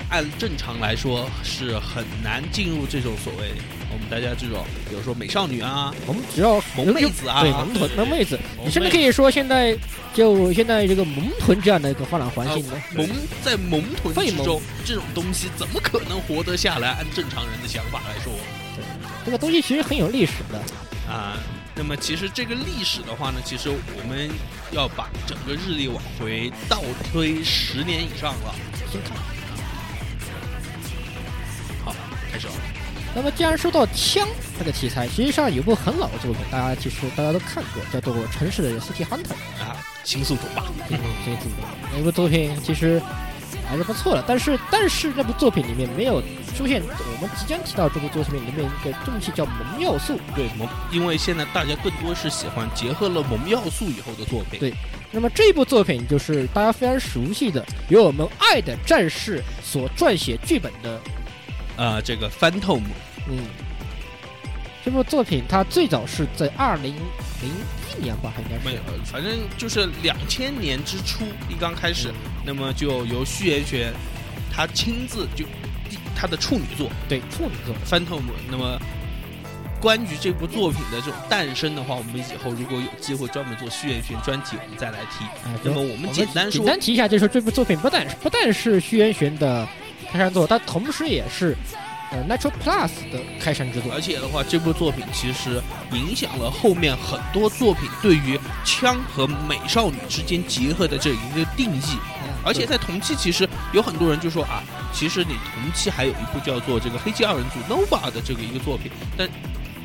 Speaker 2: 按正常来说是很难进入这种所谓我们大家这种，比如说美少女啊、
Speaker 1: 我们只要
Speaker 2: 萌妹子啊，
Speaker 1: 对萌臀萌妹子，
Speaker 2: 萌妹
Speaker 1: 你甚至可以说现在就现在这个萌臀这样的一个发展环
Speaker 2: 啊
Speaker 1: 境呢，
Speaker 2: 萌在萌臀
Speaker 1: 费
Speaker 2: 之
Speaker 1: 萌
Speaker 2: 中，这种东西怎么可能活得下来？按正常人的想法来说
Speaker 1: 这个东西其实很有历史的。
Speaker 2: 啊，那么其实这个历史的话呢，其实我们要把整个日历往回倒推十年以上了。
Speaker 1: 先看
Speaker 2: 好，开始了。啊
Speaker 1: 那么既然说到枪这个题材，实际上有部很老的作品，大家其实大家都看过，叫做《城市的 City Hunter》。
Speaker 2: 啊，新速度吧。
Speaker 1: 嗯，这个作品那部作品其实还是不错的，但是但是那部作品里面没有出现我们即将提到这部作品里面一个东西叫萌要素。
Speaker 2: 对萌，因为现在大家更多是喜欢结合了萌要素以后的作品。
Speaker 1: 对那么这部作品就是大家非常熟悉的，由我们爱的战士所撰写剧本的
Speaker 2: 啊，这个翻透姆
Speaker 1: 嗯，这部作品它最早是在二零零一年吧，还应该
Speaker 2: 没
Speaker 1: 是
Speaker 2: 有，呃反正就是两千年之初一刚开始，那么就由序言学他亲自就他的处女作
Speaker 1: 对处女作。
Speaker 2: 《Phantom》，那么。关于这部作品的这种诞生的话，我们以后如果有机会专门做序言学专题，我们再来提。
Speaker 1: 哎，
Speaker 2: 那
Speaker 1: 对
Speaker 2: 么我们简单
Speaker 1: 简
Speaker 2: 说，
Speaker 1: 单提一下，就是这部作品不但不但是虚渊玄的开山作，但同时也是呃 Natural Plus 的开山之作。
Speaker 2: 而且的话，这部作品其实影响了后面很多作品对于枪和美少女之间结合的这一个定义。
Speaker 1: 嗯
Speaker 2: 而且在同期，其实有很多人就说啊，其实你同期还有一部叫做这个《黑鸡二人组 Nova》的这个一个作品，但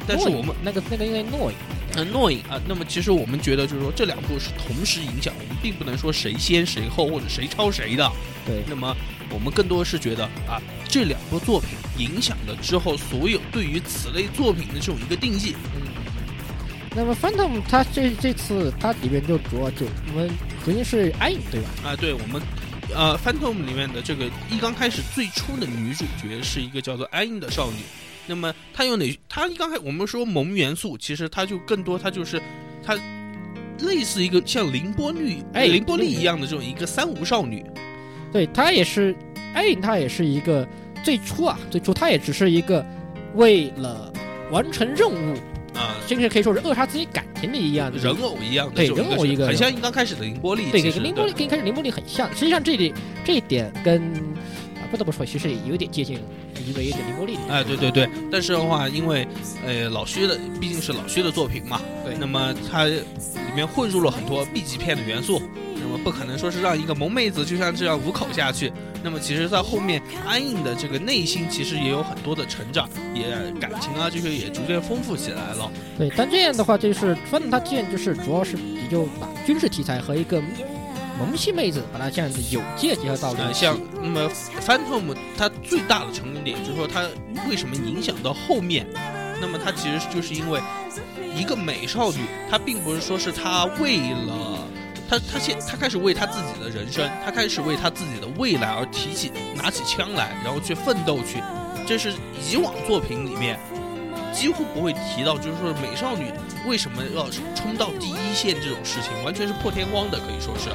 Speaker 2: 但是我们
Speaker 1: 那个那个应该诺影，
Speaker 2: 呃诺影啊，那么其实我们觉得就是说这两部是同时影响，我们并不能说谁先谁后或者谁超谁的。
Speaker 1: 对
Speaker 2: 那么我们更多是觉得啊，这两部作品影响了之后所有对于此类作品的这种一个定义。
Speaker 1: 嗯那么 Phantom 它这这次它里面就主要就我们首先是安影对吧？
Speaker 2: 啊，对我们。呃，《Phantom》里面的这个一刚开始最初的女主角是一个叫做安英的少女，那么她有哪？她一刚开我们说萌元素，其实她就更多，她就是她类似一个像凌波丽、
Speaker 1: 哎
Speaker 2: 凌波丽一样的这种一个三无少女。
Speaker 1: 对，它也是安影，它也是一个最初啊，最初它也只是一个为了完成任务，
Speaker 2: 啊、
Speaker 1: 甚至可以说是扼杀自己感情的一样的
Speaker 2: 人偶一样的
Speaker 1: 对
Speaker 2: 这种
Speaker 1: 人偶一个
Speaker 2: 很像一刚开始的凌波丽，
Speaker 1: 对，
Speaker 2: 其
Speaker 1: 跟
Speaker 2: 实
Speaker 1: 林波丽跟一开始林波丽很像，实际上这里这一点跟啊不得不说，其实也有点接近，因为有点林波丽的。
Speaker 2: 哎，对对对，但是的话，因为呃老薛的毕竟是老薛的作品嘛，
Speaker 1: 对
Speaker 2: 那么它里面混入了很多 B 级片的元素，那么不可能说是让一个萌妹子就像这样五口下去。那么其实，在后面安映的这个内心其实也有很多的成长，也感情啊这些也逐渐丰富起来了。
Speaker 1: 对，但这样的话就是反正他这样就是主要是也就把军事题材和一个萌系妹子把它这样子有界结合到了
Speaker 2: 呃，
Speaker 1: 一起
Speaker 2: 像那么 Phantom 它最大的成功点就是说它为什么影响到后面，那么它其实就是因为一个美少女，她并不是说是她为了。她她先她开始为她自己的人生，她开始为她自己的未来而提起拿起枪来，然后去奋斗去，这是以往作品里面几乎不会提到，就是说美少女为什么要冲到第一线这种事情，完全是破天荒的，可以说是。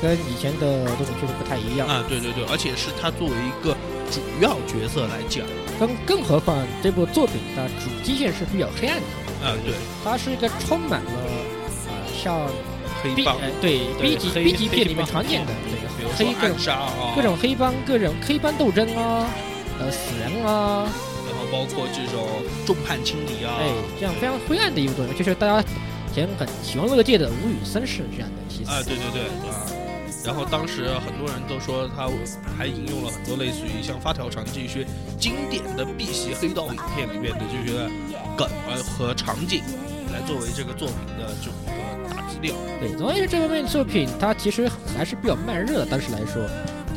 Speaker 1: 这跟以前的这种确实不太一样。
Speaker 2: 啊，对对对，而且是他作为一个主要角色来讲，
Speaker 1: 更更何况这部作品的主基线是比较黑暗的，
Speaker 2: 啊，对，
Speaker 1: 它是一个充满了呃像 B
Speaker 2: 黑帮，
Speaker 1: 呃对 B 级 B 级片里面常见的
Speaker 2: 比
Speaker 1: 对黑
Speaker 2: 如说
Speaker 1: 各种
Speaker 2: 暗杀啊，
Speaker 1: 各种黑帮各种黑帮斗争啊，呃死人啊，
Speaker 2: 然后包括这种众叛亲离啊，
Speaker 1: 哎这样非常灰暗的一部作品，就是大家以前很喜欢乐界的吴宇森式这样的题
Speaker 2: 啊，
Speaker 1: 材。
Speaker 2: 对对对啊。然后当时很多人都说他还引用了很多类似于像《发条城》这些经典的 B 级黑道影片里面的这些梗啊和场景，来作为这个作品的这种一个大基调。
Speaker 1: 对，总而言之，这方面作品它其实还是比较慢热的，当时来说，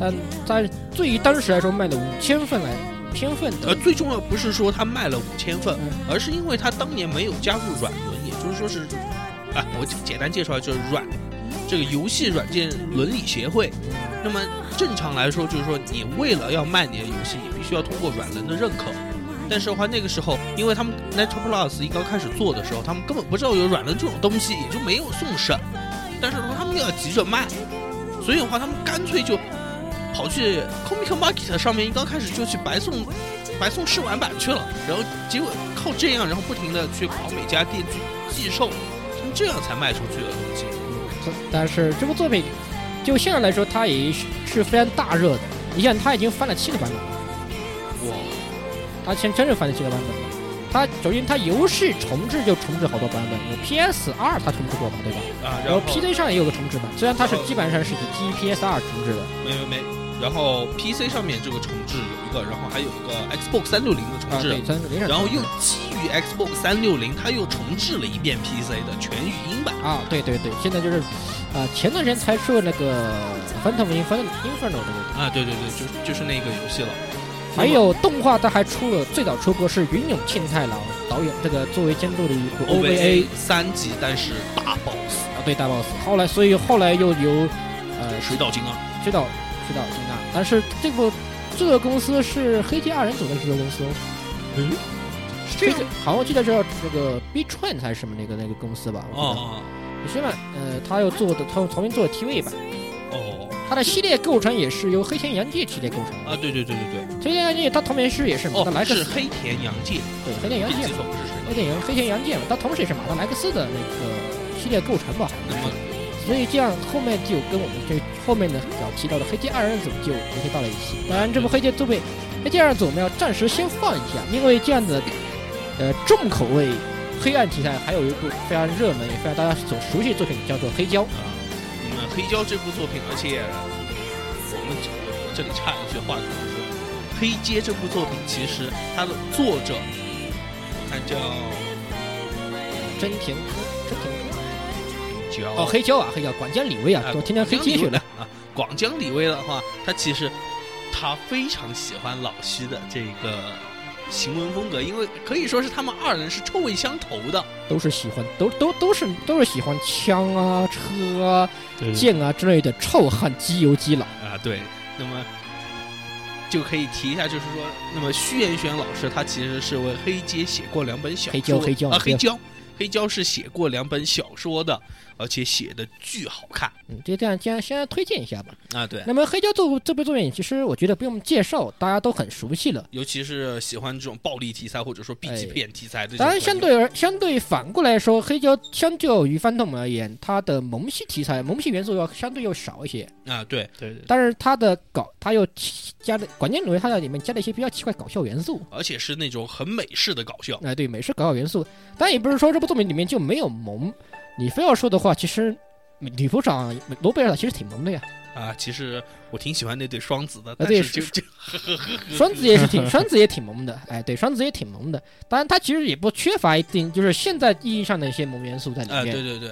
Speaker 1: 但在对于当时来说卖了五千份来五千份的
Speaker 2: 呃，最重要不是说他卖了五千份
Speaker 1: 嗯，
Speaker 2: 而是因为他当年没有加入软文，也就是说是，啊，我简单介绍就是软这个游戏软件伦理协会。那么正常来说，就是说你为了要卖你的游戏，你必须要通过软文的认可。但是的话，那个时候，因为他们 Net Plus 一刚开始做的时候，他们根本不知道有软文这种东西，也就没有送审。但是的话，他们又要急着卖，所以的话，他们干脆就跑去 Comic Market 上面，一刚开始就去白送白送试玩版去了，然后结果靠这样，然后不停的去跑每家店去寄售，他们这样才卖出去的东西。
Speaker 1: 但是这部作品就现在来说，它也是是非常大热的。你想，它已经翻了七个版本了，
Speaker 2: 哇，
Speaker 1: 它前真是翻了七个版本了。它首先它游戏重置就重置好多版本，有 PS 二它重置过吧，对吧？
Speaker 2: 啊，
Speaker 1: 然
Speaker 2: 然
Speaker 1: 后
Speaker 2: 后哦
Speaker 1: PC 上也有个重置版，虽然它是基本上是以 PS 二重置的。
Speaker 2: 没没没，然后 PC 上面这个重置有一个，然后还有一个 Xbox 三六零的重
Speaker 1: 啊，
Speaker 2: 置
Speaker 1: 对，，它是零上
Speaker 2: 然后又基于 Xbox 三六零，它又重置了一遍 PC 的全语音版。
Speaker 1: 啊，对对对，现在就是，啊、前段时间才出了那个《Phantom Inferno》这个，
Speaker 2: 啊，对对对，就就是那个游戏了。
Speaker 1: 还有动画，它还出了最早出过是云永庆太郎导演这个作为监督的一部 OVA
Speaker 2: OVA 三级，但是大 boss
Speaker 1: 啊，对大 boss。后来，所以后来又由呃
Speaker 2: 水岛精啊，
Speaker 1: 知道知道金刚，但是这部制作公司是黑街二人组的制作公司哦。嗯，
Speaker 2: 是
Speaker 1: 黑街好像我记得是那个 B Train 还是什么那个那个公司吧？我记
Speaker 2: 哦
Speaker 1: 得。是吧？呃，他又做的，他又重新做的 TV 版，
Speaker 2: 哦哦
Speaker 1: 他的系列构成也是由黑田洋介系列构成的。
Speaker 2: 啊，对对对对对。
Speaker 1: 黑田洋介他同时是也是马
Speaker 2: 哦
Speaker 1: 德莱，克
Speaker 2: 是
Speaker 1: 斯，
Speaker 2: 黑田洋介，
Speaker 1: 对黑田洋
Speaker 2: 别
Speaker 1: 介
Speaker 2: 记，错不是谁。
Speaker 1: 黑田洋黑田洋介嘛，他同时也是马德莱克斯的那个呃系列构成吧？好
Speaker 2: 那
Speaker 1: 像是
Speaker 2: 么呃
Speaker 1: 所以这样后面就跟我们这后面的要提到的黑街二人组就联系到了一起。当然，这部黑街作品，黑街二人组我们要暂时先放一下，因为这样的呃重口味黑暗题材，还有一部非常热门也非常大家所熟悉的作品叫做《黑胶》。
Speaker 2: 啊，那么黑胶这部作品，而且我们这我这里插一句话，就是说黑街这部作品其实它的作者，我看叫
Speaker 1: 真田科真田科
Speaker 2: 叫
Speaker 1: 哦，黑胶啊，黑胶，管江李威啊
Speaker 2: 啊，
Speaker 1: 我天天黑街去了。
Speaker 2: 啊。广江李威的话，他其实他非常喜欢老徐的这个行文风格，因为可以说是他们二人是臭味相投的。
Speaker 1: 都是喜欢，都都都是都是喜欢枪啊、车啊、
Speaker 3: 嗯
Speaker 2: 对
Speaker 1: 剑啊之类的臭汉机油基佬。
Speaker 2: 啊，对，那么就可以提一下，就是说，那么虚彦玄老师他其实是为黑街写过两本小
Speaker 1: 黑胶
Speaker 2: 说，
Speaker 1: 黑胶
Speaker 2: 啊，
Speaker 1: 黑
Speaker 2: 黑胶，黑胶是写过两本小说的，而且写的巨好看
Speaker 1: 嗯，就这样，先先来推荐一下吧。
Speaker 2: 啊，对。
Speaker 1: 那么黑胶作这部作品，其实我觉得不用介绍，大家都很熟悉了。
Speaker 2: 尤其是喜欢这种暴力题材或者说 B 级
Speaker 1: 哎
Speaker 2: 片题材的这种朋
Speaker 1: 当然，
Speaker 2: 友，
Speaker 1: 相对而相对反过来说，黑胶相较于翻动而言，它的萌系题材、萌系元素要相对要少一些。
Speaker 2: 啊，对，
Speaker 3: 对对，
Speaker 1: 但是它的搞，它又加了，关键认为它在里面加了一些比较奇怪搞笑元素。
Speaker 2: 而且是那种很美式的搞笑，
Speaker 1: 哎、对，美式搞笑元素。但也不是说这部作品里面就没有萌，你非要说的话，其实女部长罗贝尔塔其实挺萌的呀，
Speaker 2: 啊，其实我挺喜欢那对双子的，但
Speaker 1: 啊对
Speaker 2: 是就就
Speaker 1: 栓子也是 挺栓子也挺萌的，哎，对，栓子也挺萌的。当然，它其实也不缺乏一定就是现在意义上的一些萌元素在里
Speaker 2: 啊，
Speaker 1: 面，
Speaker 2: 对对对，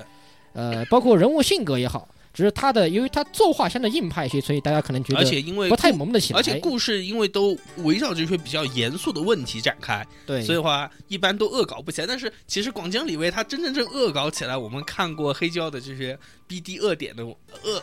Speaker 1: 呃，包括人物性格也好，只是它的由于它作画相对硬派一些，所以大家可能觉
Speaker 2: 而
Speaker 1: 得
Speaker 2: 且因为
Speaker 1: 不太
Speaker 2: 故
Speaker 1: 萌得起来。
Speaker 2: 而且故事因为都围绕着一些比较严肃的问题展开，
Speaker 1: 对，
Speaker 2: 所以话一般都恶搞不起来。但是其实广江李维他真真正恶搞起来，我们看过黑胶的这些 BD 恶点的恶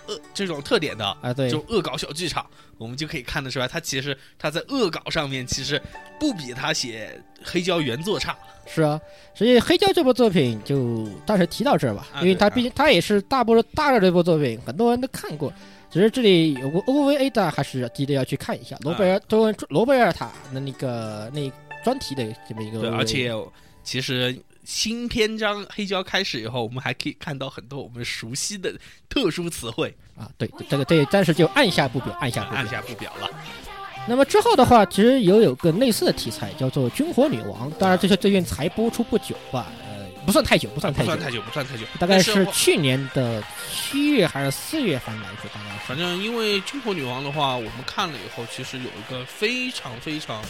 Speaker 2: 恶这种特点的。
Speaker 1: 啊，对
Speaker 2: 这，种恶搞小剧场，我们就可以看得出来，他其实他在恶搞上面其实不比他写黑胶原作差。
Speaker 1: 是啊，所以《黑胶》这部作品就暂时提到这儿吧，
Speaker 2: 啊
Speaker 1: 因为
Speaker 2: 对
Speaker 1: 它
Speaker 2: 啊
Speaker 1: 毕竟它也是大波大热的一部作品，很多人都看过。只是这里有个 OVA 的，还是记得要去看一下。罗贝
Speaker 2: 啊
Speaker 1: 尔罗罗贝尔塔的那个那专题的这么一个 OVA，
Speaker 2: 对，而且其实新篇章黑胶开始以后，我们还可以看到很多我们熟悉的特殊词汇，
Speaker 1: 啊，对，这个这个暂时就按下不表，按下不
Speaker 2: 啊按
Speaker 1: 表。
Speaker 2: 下不表了。
Speaker 1: 那么之后的话，其实有有个类似的题材叫做《军火女王》，当然这是最近才播出不久吧，呃，不算太久，不算
Speaker 2: 啊不
Speaker 1: 太久，
Speaker 2: 算太久，不算太久，
Speaker 1: 大概
Speaker 2: 但是
Speaker 1: 是去年的七月还是四月份来着，大概是。
Speaker 2: 反正因为《军火女王》的话，我们看了以后，其实有一个非常非常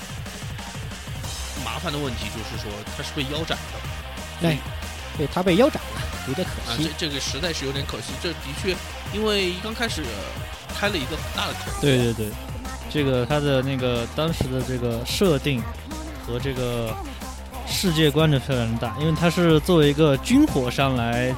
Speaker 2: 麻烦的问题，就是说它是被腰斩的
Speaker 1: 对他被腰斩了，有点可
Speaker 2: 啊，
Speaker 1: 惜
Speaker 2: 这。这个实在是有点可惜。这的确，因为刚开始呃开了一个很大的口，
Speaker 3: 对对对，这个它的那个当时的这个设定和这个世界观的非常大，因为它是作为一个军火商来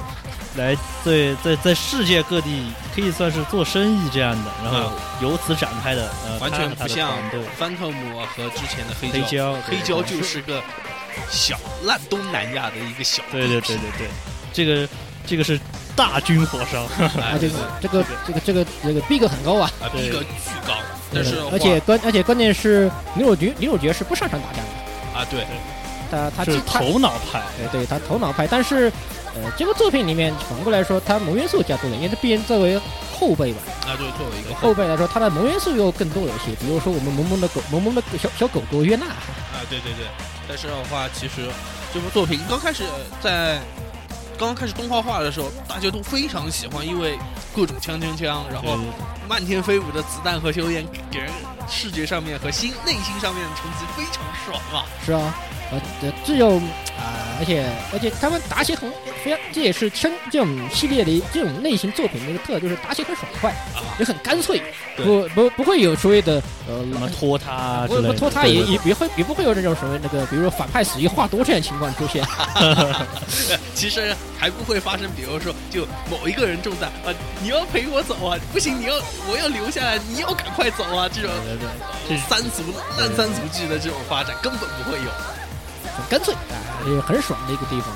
Speaker 3: 来在在在世界各地可以算是做生意这样的，然后由此展开的，呃，
Speaker 2: 完全不
Speaker 3: 它和它的
Speaker 2: 像
Speaker 3: 团队
Speaker 2: 翻特姆和之前的黑
Speaker 3: 黑
Speaker 2: 胶，
Speaker 3: 胶
Speaker 2: 黑
Speaker 3: 对
Speaker 2: 胶就是个小烂东南亚的一个小
Speaker 3: 对对对对对，这个这个是大军火商，
Speaker 1: 啊，
Speaker 2: 啊
Speaker 1: 这
Speaker 2: 对
Speaker 1: 个这个这个这个这个逼格很高啊！
Speaker 2: 啊，逼格巨高，但
Speaker 1: 对
Speaker 2: 是
Speaker 1: 而且关而且关键是女主角女主角是不擅长打架的，
Speaker 2: 啊，对，
Speaker 1: 她她
Speaker 3: 是
Speaker 1: 她
Speaker 3: 头脑派。
Speaker 1: 对对她头脑派，但是呃这个作品里面反过来说，她萌元素加多了，因为她毕竟作为后辈吧，
Speaker 2: 啊对，作为一个
Speaker 1: 后辈来说她的萌元素又更多了一些，比如说我们萌萌的狗萌萌的小小狗狗约娜，
Speaker 2: 啊，对对对。但是的话，其实这部作品刚开始呃在刚开始动画化的时候，大家都非常喜欢，因为各种枪枪枪，然后
Speaker 3: 对
Speaker 2: 漫天飞舞的子弹和硝烟，给人视觉上面和心内心上面的冲击非常爽啊！
Speaker 1: 是啊，呃这这种啊，而且而且他们打起很非常，这也是称这种系列的一这种类型作品的一个特，就是打起很爽快，
Speaker 2: 啊，
Speaker 1: 也很干脆，
Speaker 2: 对
Speaker 1: 不不不会有所谓的呃
Speaker 3: 什么拖沓啊之
Speaker 1: 不
Speaker 3: 类的，
Speaker 1: 不拖沓
Speaker 3: 对
Speaker 1: 也
Speaker 3: 对
Speaker 1: 也不会也不会有那种什么那个，比如说反派死于话多这样的情况出现。
Speaker 2: 其实还不会发生，比如说就某一个人中弹啊，你要陪我走啊，不行，你要我要留下来，你要赶快走啊，这种
Speaker 3: 对对对这
Speaker 2: 三俗烂三俗剧的这种发展根本不会有。
Speaker 1: 很干脆啊，也很爽的一个地方。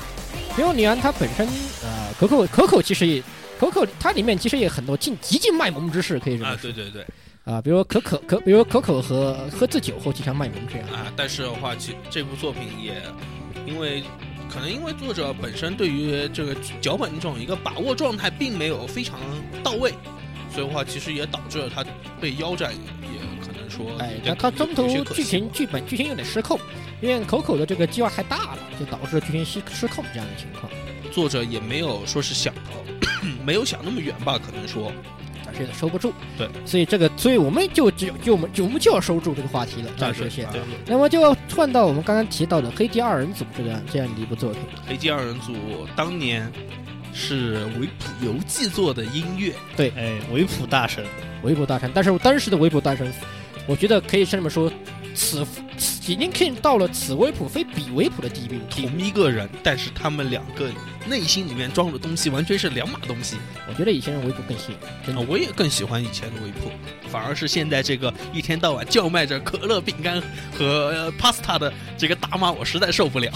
Speaker 1: 因为女安她本身呃，可口可口其实也可口它里面其实也很多尽极尽卖萌之事，可以这么
Speaker 2: 啊，
Speaker 1: 说
Speaker 2: 对对对，
Speaker 1: 啊，比如可可可，比如可口和喝醉酒后经常卖萌这样。
Speaker 2: 啊，但是的话，其这部作品也因为可能因为作者本身对于这个脚本这种一个把握状态并没有非常到位，所以的话，其实也导致了他被腰斩，也可能说
Speaker 1: 哎
Speaker 2: 有，点
Speaker 1: 但
Speaker 2: 可
Speaker 1: 它中
Speaker 2: 有
Speaker 1: 途
Speaker 2: 些可
Speaker 1: 剧
Speaker 2: 惜
Speaker 1: 情剧本剧情有点失控，因为可口的这个计划太大了，就导致剧情失失控这样的情况，
Speaker 2: 作者也没有说是想 没有想那么远吧，可能说
Speaker 1: 暂时有点收不住。
Speaker 2: 对，
Speaker 1: 所以这个，所以我们就只有就我们就我们就要收住这个话题了，暂时
Speaker 2: 是
Speaker 1: 先。
Speaker 2: 对
Speaker 1: 那么就要换到我们刚刚提到的《黑鸡二人组》这样这样的一部作品。
Speaker 2: 黑鸡二人组当年是维普游记做的音乐，
Speaker 3: 哎，维普大神，
Speaker 1: 围捕大神，但是我当时的围捕大神，我觉得可以这么说，此此已经可以到了此微普非彼微普的地步。
Speaker 2: 同一个人，但是他们两个内心里面装的东西完全是两码东西。
Speaker 1: 我觉得以前人围捕更吸引人，真
Speaker 2: 啊
Speaker 1: 的。，
Speaker 2: 我也更喜欢以前的维普，反而是现在这个一天到晚叫卖着可乐、饼干和呃 pasta 的这个大妈，我实在受不了，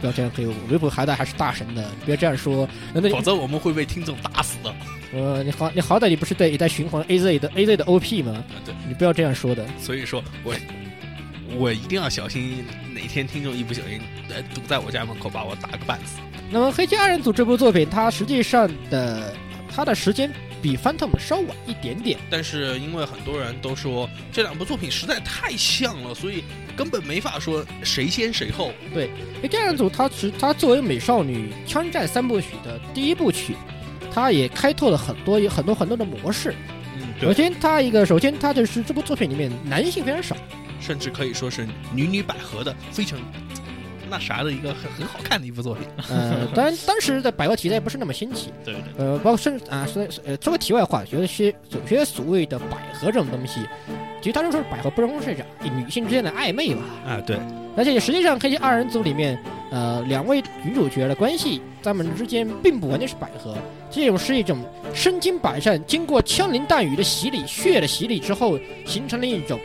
Speaker 1: 不要这样黑我，围捕还在还是大神的，你别这样说。那那
Speaker 2: 否则我们会被听众打死的。
Speaker 1: 呃，你好，你好歹你不是在也在循环 AZ 的 AZ 的 OP 吗？
Speaker 2: 啊，对，
Speaker 1: 你不要这样说的。
Speaker 2: 所以说我我一定要小心，哪天听众一不小心呃堵在我家门口把我打个半死。
Speaker 1: 那么《黑鸡二人组》这部作品，它实际上的它的时间比《Phantom》稍晚一点点。
Speaker 2: 但是因为很多人都说这两部作品实在太像了，所以根本没法说谁先谁后。
Speaker 1: 黑鸡二人组它是它作为美少女枪战三部曲的第一部曲，它也开拓了很多很多很多的模式。
Speaker 2: 嗯，
Speaker 3: 对
Speaker 1: 首先，它一个首先它就是这部作品里面男性非常少，
Speaker 2: 甚至可以说是女女百合的非常那啥的一个很很好看的一部作品。
Speaker 1: 呃，当然当时的百合题材不是那么新奇，
Speaker 3: 对对，
Speaker 1: 呃，包括甚至啊，说呃，说个题外话，有一些有些所谓的百合这种东西，其实他就说是百合不光是讲女性之间的暧昧吧，
Speaker 2: 啊，对，
Speaker 1: 而且实际上黑些二人组里面，呃，两位女主角的关系，她们之间并不完全是百合，这种是一种身经百战、经过枪林弹雨的洗礼、血液的洗礼之后，形成了一种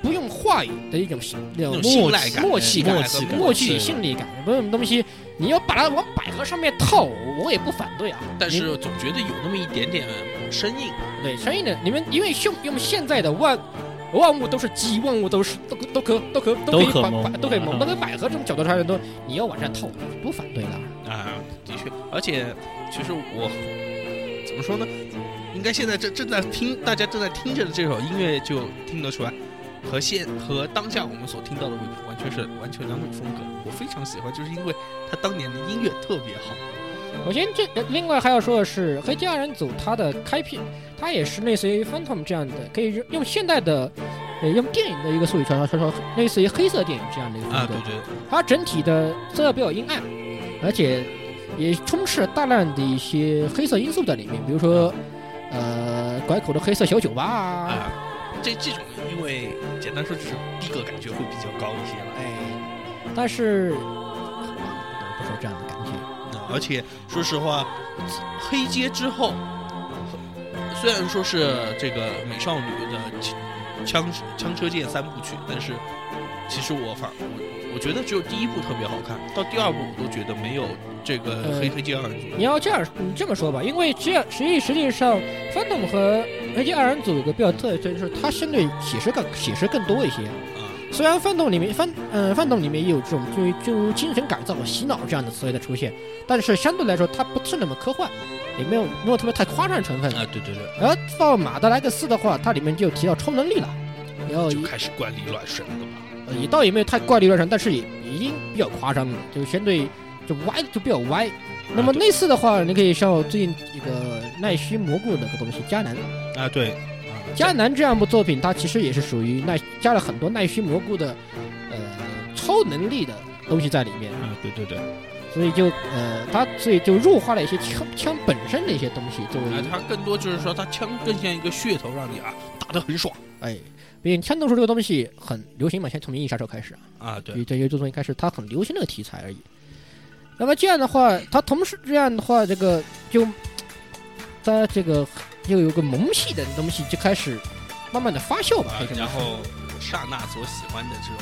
Speaker 1: 不用话语的一种那
Speaker 2: 那
Speaker 1: 种默
Speaker 2: 种信赖感、
Speaker 1: 默契感
Speaker 2: 默
Speaker 3: 契感
Speaker 2: 默
Speaker 1: 默
Speaker 2: 契。
Speaker 1: 契与心理感，不是什么东西，你要把它往百合上面套，我也不反对啊。
Speaker 2: 但
Speaker 1: 你
Speaker 2: 是总觉得有那么一点点生硬。
Speaker 1: 对，所以呢，你们因为用用现在的万万物都是鸡，万物都是都可都可都可都可以
Speaker 3: 都可
Speaker 1: 百
Speaker 3: 萌
Speaker 1: 百都可以萌，
Speaker 3: 嗯
Speaker 1: 都可以百合这种角度上来说，你要往上套，我不反对的。
Speaker 2: 啊，的确，而且其实我怎么说呢？应该现在正正在听，大家正在听着的这首音乐就听得出来，和现和当下我们所听到的完全是完全两种风格。我非常喜欢，就是因为他当年的音乐特别好。
Speaker 1: 首先这呃另外还要说的是，黑金二人组它的开篇，它也是类似于 Phantom 这样的，可以用现代的。呃，用电影的一个术语传说，传说类似于黑色电影这样的一个风
Speaker 2: 啊，
Speaker 1: 格
Speaker 2: 对，对，
Speaker 1: 它整体的色调比较阴暗，而且也充斥了大量的一些黑色因素在里面，比如说，呃，拐口的黑色小酒吧啊，
Speaker 2: 啊，这这种因为简单说就是逼格感觉会比较高一些了。
Speaker 1: 哎，但是啊不是这样的感觉，
Speaker 2: 嗯而且说实话，黑街之后，虽然说是这个美少女的枪枪枪车剑三部曲，但是其实我反我我觉得只有第一部特别好看，到第二部我都觉得没有这个
Speaker 1: 呃
Speaker 2: 黑黑街二人组。
Speaker 1: 你要这样，你这么说吧，因为这样实际实际上，Phantom 和 A G 二人组有个比较特点，就是它相对写实更写实更多一些。
Speaker 2: 啊，
Speaker 1: 虽然饭桶里面饭嗯饭桶里面也有这种就就精神改造、洗脑这样的词汇的出现，但是相对来说它不是那么科幻，也没有没有特别太夸张的成分。
Speaker 2: 啊，对对对，
Speaker 1: 而到马德莱克斯的话，它里面就提到超能力了，然后
Speaker 2: 就
Speaker 1: 也
Speaker 2: 开始怪力乱神了嘛。
Speaker 1: 呃也倒也没有太怪力乱神，但是也已经比较夸张了，就相对就歪就比较歪。那么
Speaker 2: 啊对
Speaker 1: 类似的话，你可以像最近这个奈须蘑菇的个东西《迦南》，
Speaker 2: 啊，对，
Speaker 1: 《迦南》这样部作品，它其实也是属于奈加了很多奈须蘑菇的呃超能力的东西在里面，
Speaker 2: 啊，对对对，
Speaker 1: 所以就呃它所以就弱化了一些枪枪本身的一些东西作为
Speaker 2: 啊，它更多就是说它枪更像一个噱头，让你啊打得很爽。
Speaker 1: 哎，毕竟枪斗术这个东西很流行嘛，先从《银翼杀手》开始啊，
Speaker 2: 啊，对
Speaker 1: 对，这些东西开始它很流行这个题材而已。那么这样的话，它同时这样的话，这个就它这个又有个萌系的东西就开始慢慢的发酵吧，
Speaker 2: 啊
Speaker 1: 可以这，么
Speaker 2: 然
Speaker 1: 说
Speaker 2: 后刹那所喜欢的这种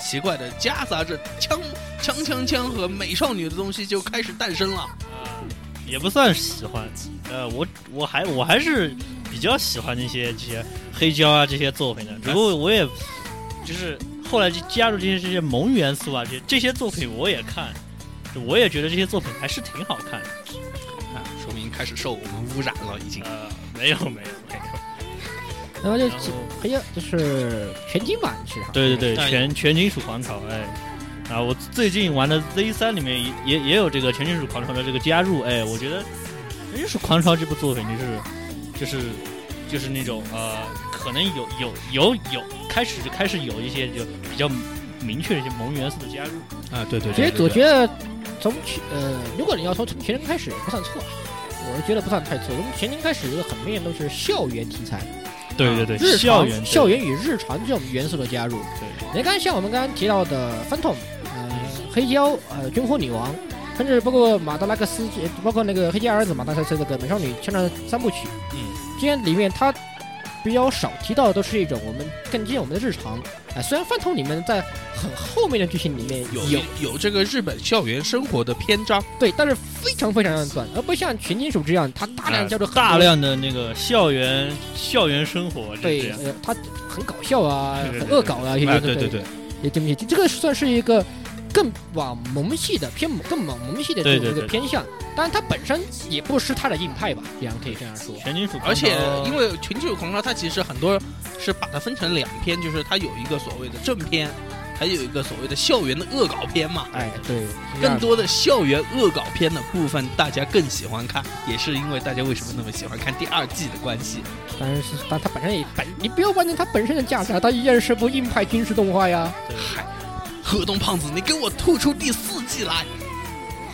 Speaker 2: 奇怪的夹杂着枪枪枪枪和美少女的东西就开始诞生了。
Speaker 3: 啊也不算喜欢，呃，我我还我还是比较喜欢那些这些黑胶啊这些作品的，只不过我也就是后来就加入这些这些萌元素啊，这这些作品我也看，我也觉得这些作品还是挺好看的。
Speaker 2: 啊，说明开始受我们污染了，已经。
Speaker 3: 呃，没有没有没有，
Speaker 1: 然后就
Speaker 3: 然后
Speaker 1: 哎呀，就是全金版是吧？
Speaker 3: 对对
Speaker 2: 但
Speaker 3: 对，全全金属狂潮，哎。啊，我最近玩的 Z 三里面也也也有这个全金属狂潮的这个加入，哎，我觉得全金属狂潮这部作品就是就是就是那种呃，可能有有有有开始就开始有一些就比较明确的一些萌元素的加入，
Speaker 2: 啊，对对
Speaker 1: 其嗯实我觉得从前呃，如果你要说从前年开始也不算错，啊我是觉得不算太错。从前年开始，很明显都是校园题材，
Speaker 3: 对对对，
Speaker 1: 日常
Speaker 3: 啊校园
Speaker 1: 校园与日常这种元素的加入。
Speaker 3: 对
Speaker 1: 你看，像啊我们刚刚提到的 Phantom，呃，黑胶，呃，军火女王，甚至包括马德拉克斯，包括那个黑胶儿子马德拉克斯这个美少女枪战三部曲，
Speaker 2: 嗯，
Speaker 1: 这些里面它比较少提到的都是一种我们更接近我们的日常。哎、虽然 Phantom 里面在很后面的剧情里面
Speaker 2: 有有有这个日本校园生活的篇章，
Speaker 1: 对，但是非常非常的短，而不像全金属这样，它大量
Speaker 3: 啊
Speaker 1: 叫做很多
Speaker 3: 大量的那个校园校园生活，就这
Speaker 1: 对
Speaker 3: 样，
Speaker 1: 呃它很搞笑啊，
Speaker 3: 对对
Speaker 1: 很
Speaker 3: 对
Speaker 1: 恶搞啊，也
Speaker 2: 啊，
Speaker 1: 就
Speaker 2: 对
Speaker 1: 是
Speaker 2: 对对，
Speaker 1: 也对不起，这个算是一个更往萌系的偏萌更往萌系的这
Speaker 3: 对
Speaker 1: 种一
Speaker 3: 对
Speaker 1: 个
Speaker 3: 对
Speaker 1: 偏向，当然它本身也不失它的硬派吧，这样可以这样说。
Speaker 3: 全金属狂潮，
Speaker 2: 而且因为《群球狂潮》，它其实很多是把它分成两篇，就是它有一个所谓的正片，它有一个所谓的校园的恶搞片嘛。
Speaker 1: 哎，对，
Speaker 2: 更多的校园恶搞片的部分，大家更喜欢看，也是因为大家为什么那么喜欢看第二季的关系。
Speaker 1: 但是但它本身也本，你不要关注它本身的价值啊，它依然是部硬派军事动画呀。
Speaker 2: 嗨，河东胖子，你给我吐出第四季来！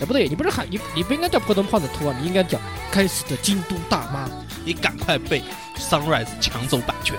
Speaker 1: 哎，不对，你不是喊你你不应该叫破东胖子秃啊，你应该叫开始的京都大妈。
Speaker 2: 你赶快被 Sunrise 抢走版权。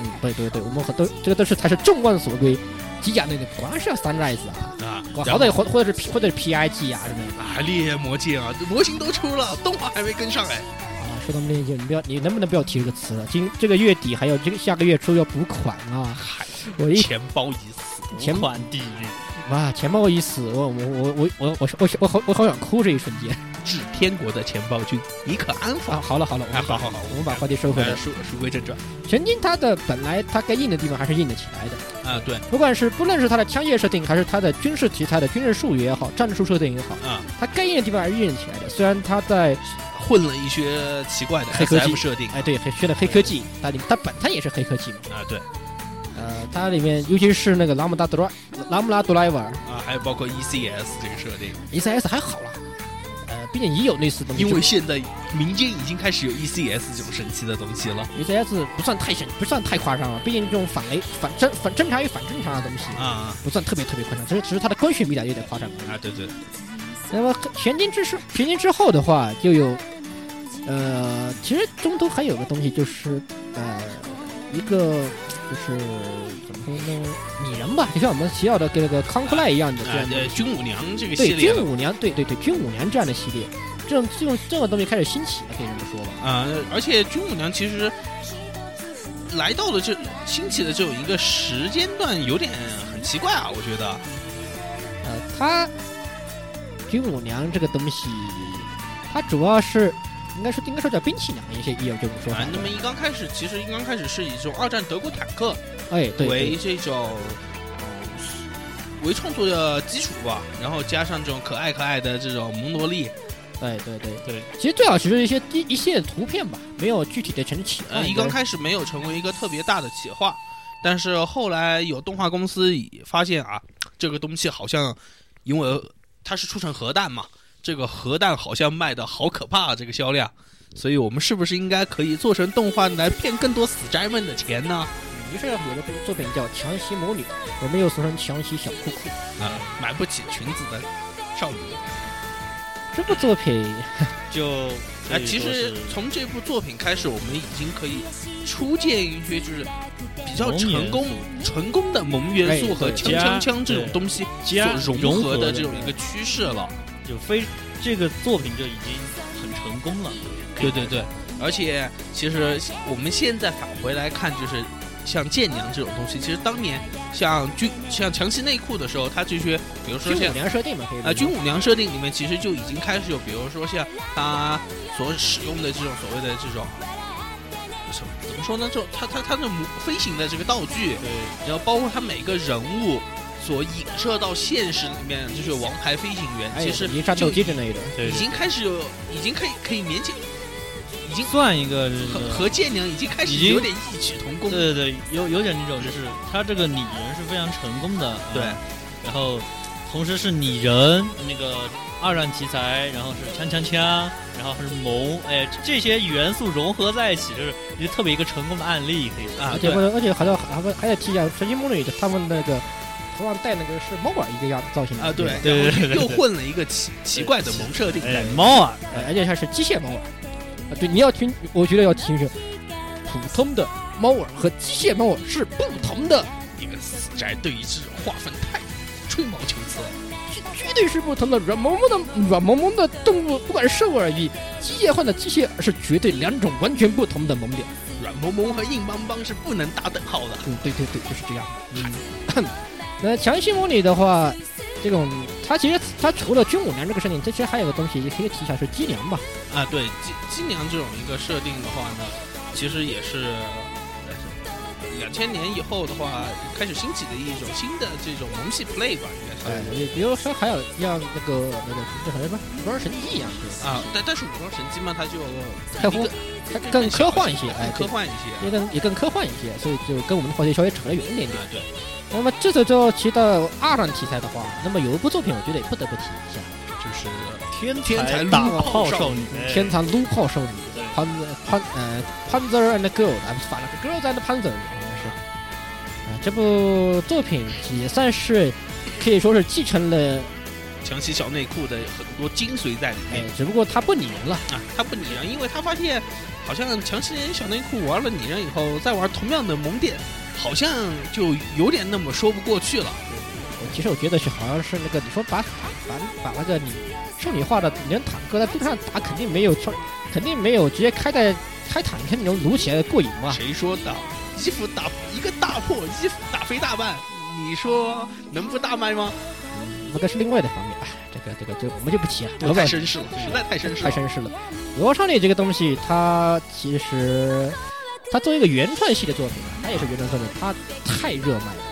Speaker 1: 嗯，对对对，我们很多这个都是才是众望所归。机甲那个果然是要 Sunrise 啊，
Speaker 2: 啊，
Speaker 1: 哇
Speaker 2: 然
Speaker 1: 好
Speaker 2: 后
Speaker 1: 歹或或者是 P 或者是 PIG 啊什么的
Speaker 2: 啊，烈焰魔剑啊，模型都出了，动画还没跟上哎。
Speaker 1: 啊，说到那就你不要你能不能不要提这个词了？今这个月底还有这个下个月初要补款啊，
Speaker 2: 嗨，
Speaker 1: 我一
Speaker 2: 钱包已死，
Speaker 1: 钱
Speaker 3: 无款地狱，
Speaker 1: 哇钱包一死，我我我我我我我我好我好想哭这一瞬间
Speaker 2: 致天国的钱包君，你可安放？
Speaker 1: 啊！好了好了，我
Speaker 2: 哎，
Speaker 1: 们
Speaker 2: 好
Speaker 1: 把
Speaker 2: 好好，
Speaker 1: 我们把话题收回来
Speaker 2: 呃，。书书归正传
Speaker 1: 全金它的本来它该硬的地方还是硬得起来的，
Speaker 2: 啊，对
Speaker 1: 不管是不论是它的枪械设定，还是它的军事题材的军事术语也好，战术设定也好，
Speaker 2: 啊，
Speaker 1: 它该硬的地方还是硬得起来的。虽然它在
Speaker 2: 混了一些奇怪的
Speaker 1: 黑科技
Speaker 2: SF 设定
Speaker 1: 哎对黑学的黑科技，它里它本身也是黑科技嘛，
Speaker 2: 啊，对
Speaker 1: 呃，它里面尤其是那个拉姆达多拉拉姆拉多莱瓦
Speaker 2: 啊，还有包括 ECS 这个设定，
Speaker 1: ECS ，E 还好啦，呃，毕竟也有类似的东西，
Speaker 2: 因为现在民间已经开始有 E ECS 这种神奇的东西了
Speaker 1: ECS ，E 不算太神，不算太夸张了，毕竟这种反雷反正反正常与反正常的东西。
Speaker 2: 啊
Speaker 1: 不算特别特别夸张，只是只是它的科学力量有点夸张。
Speaker 2: 啊，对对，
Speaker 1: 那么全金之是全金之后的话，就有，呃，其实中途还有个东西，就是呃，一个就是怎么说呢，拟人吧，就像我们提到的跟那个康克赖一样的这
Speaker 2: 啊
Speaker 1: 样，的，
Speaker 2: 呃，军武娘这个系
Speaker 1: 对
Speaker 2: 列
Speaker 1: 军武娘，对对对，军武娘这样的系列，这种这种这种东西开始兴起了，可以这么说吧。
Speaker 2: 啊，而且军武娘其实来到了这兴起的这种一个时间段，有点很奇怪啊，我觉得。
Speaker 1: 呃，它军武娘这个东西，它主要是应该说应该说叫兵器娘，也些也有这种说法
Speaker 2: 啊，。那么一刚开始，其实一刚开始是以这种二战德国坦克
Speaker 1: 哎，对对
Speaker 2: 为这种呃为创作的基础吧，然后加上这种可爱可爱的这种蒙罗丽，
Speaker 1: 对对对
Speaker 3: 对，
Speaker 1: 其实最好只是一些一一系列图片吧，没有具体的啊成企划。
Speaker 2: 呃，一刚开始没有成为一个特别大的企划，但是后来有动画公司也发现啊，这个东西好像因为它是出成核弹嘛，这个核弹好像卖的好可怕、啊，这个销量。所以我们是不是应该可以做成动画来骗更多死宅们的钱呢？
Speaker 1: 于是有个作品叫《强袭魔女》，我们又俗称《强袭小裤裤》。
Speaker 2: 啊、买不起裙子的少女。
Speaker 1: 这个作品，
Speaker 3: 就
Speaker 2: 哎，其实从这部作品开始，我们已经可以初见一些就是比较成功、成功的萌元素和
Speaker 1: 哎
Speaker 2: 枪
Speaker 1: 对
Speaker 2: 枪枪这
Speaker 3: 加
Speaker 2: 种东西
Speaker 3: 加
Speaker 2: 所融
Speaker 3: 融
Speaker 2: 合
Speaker 3: 的
Speaker 2: 的这种一个趋势了。
Speaker 3: 就非这个作品就已经很成功了。
Speaker 2: 对对对，而且其实我们现在返回来看，就是像剑娘这种东西，其实当年像军像强袭内裤的时候，它这些比如说
Speaker 1: 军
Speaker 2: 像
Speaker 1: 武娘设定嘛，可以
Speaker 2: 啊，军武娘设定里面其实就已经开始有，比如说像他所使用的这种所谓的这种，什么怎么说呢？就他他他的模飞行的这个道具，
Speaker 3: 对，
Speaker 2: 然后包括他每个人物所影射到现实里面，就是王牌飞行员，
Speaker 1: 哎，
Speaker 2: 其实
Speaker 1: 以及战斗
Speaker 2: 就
Speaker 1: 机之类的。
Speaker 3: 对
Speaker 2: 已经开始有，已经可以可以勉强
Speaker 3: 算一个
Speaker 2: 和
Speaker 3: 这个，
Speaker 2: 和剑娘已经开始
Speaker 3: 已经
Speaker 2: 有点异曲同工，
Speaker 3: 对对对，有有点那种就是他这个拟人是非常成功的，啊
Speaker 2: 对，
Speaker 3: 然后同时是拟人那个二战题材，然后是枪枪枪，然后是萌，哎，这些元素融合在一起，就是一个特别一个成功的案例，可以说
Speaker 2: 啊
Speaker 1: 而，且
Speaker 2: 对
Speaker 1: 或。者而且还要还会还得提一下，《神奇魔女》他们那个头上戴那个是猫耳一个样造型的
Speaker 2: 啊，对，
Speaker 1: 吧
Speaker 3: 对对对
Speaker 2: 然后又
Speaker 3: 对
Speaker 2: 混了一个奇奇怪的萌设定在
Speaker 3: 哎
Speaker 2: 里面，
Speaker 3: 猫啊，
Speaker 1: 哎而且它是机械猫耳。啊，对，你要听，我觉得要听是普通的猫耳和机械猫耳是不同的。
Speaker 2: 你们死宅对于这种划分太吹毛求疵了。
Speaker 1: 绝对是不同的。软萌萌的软萌萌的动物，不管是兽耳与机械换的机械耳，是绝对两种完全不同的萌点。
Speaker 2: 软萌萌和硬邦邦是不能打等号的。
Speaker 1: 嗯，对对对，就是这样。嗯，那强袭魔女的话，这种它其实它除了军武娘这个设定，它其实还有个东西也可以提一下，是机娘吧。
Speaker 2: 啊，对，机机娘这种一个设定的话呢，其实也是呃两千年以后的话开始兴起的一种新的这种萌系 play 吧，应该
Speaker 1: 哎
Speaker 2: 算，
Speaker 1: 比如说还有像那个那个叫什么来着，《武装神记》一样，对吧
Speaker 2: 啊，但但是武装神机嘛，它就
Speaker 1: 太空它更科幻一些，哎，
Speaker 2: 科
Speaker 1: 对
Speaker 2: 幻一些。啊
Speaker 1: 也更也更科幻一些，所以就跟我们的话题稍微扯得远一点点。
Speaker 2: 啊，对，
Speaker 1: 那么这次之后提到二战题材的话，那么有一部作品我觉得也不得不提一下，
Speaker 3: 就是
Speaker 2: 天
Speaker 3: 天才
Speaker 2: 才
Speaker 3: 打
Speaker 2: 撸
Speaker 3: 炮
Speaker 2: 少
Speaker 3: 少女，
Speaker 1: 《天才撸炮少女
Speaker 3: 哎对》
Speaker 1: 潘潘呃 Panzer and Girl，啊，反了，Girl and Panzer 好像是。啊、这部作品也算是可以说是继承了，呃
Speaker 2: 强袭小内裤的很多精髓在里
Speaker 1: 哎
Speaker 2: 面，
Speaker 1: 只不过它不拟人了。
Speaker 2: 啊，他不拟人，因为他发现好像强袭小内裤玩了拟人以后，再玩同样的萌点，好像就有点那么说不过去了。
Speaker 1: 我其实我觉得是好像是那个你说把把把那个你少女化的拟人坦克在地上打，肯定没有穿，肯定没有直接开在开坦克那种撸起来的过瘾嘛。
Speaker 2: 谁说的？衣服打一个大破，衣服打飞大半，你说能不大卖吗？
Speaker 1: 那个是另外的方面，哎，这个这个这个我们就不提啊，我
Speaker 2: 这
Speaker 1: 们
Speaker 2: 太绅士了，实在太绅士
Speaker 1: 太
Speaker 2: 了。
Speaker 1: 绅士了。《罗少女》这个东西，它其实它作为一个原创系的作品啊，它也是原创作品，它太热卖了。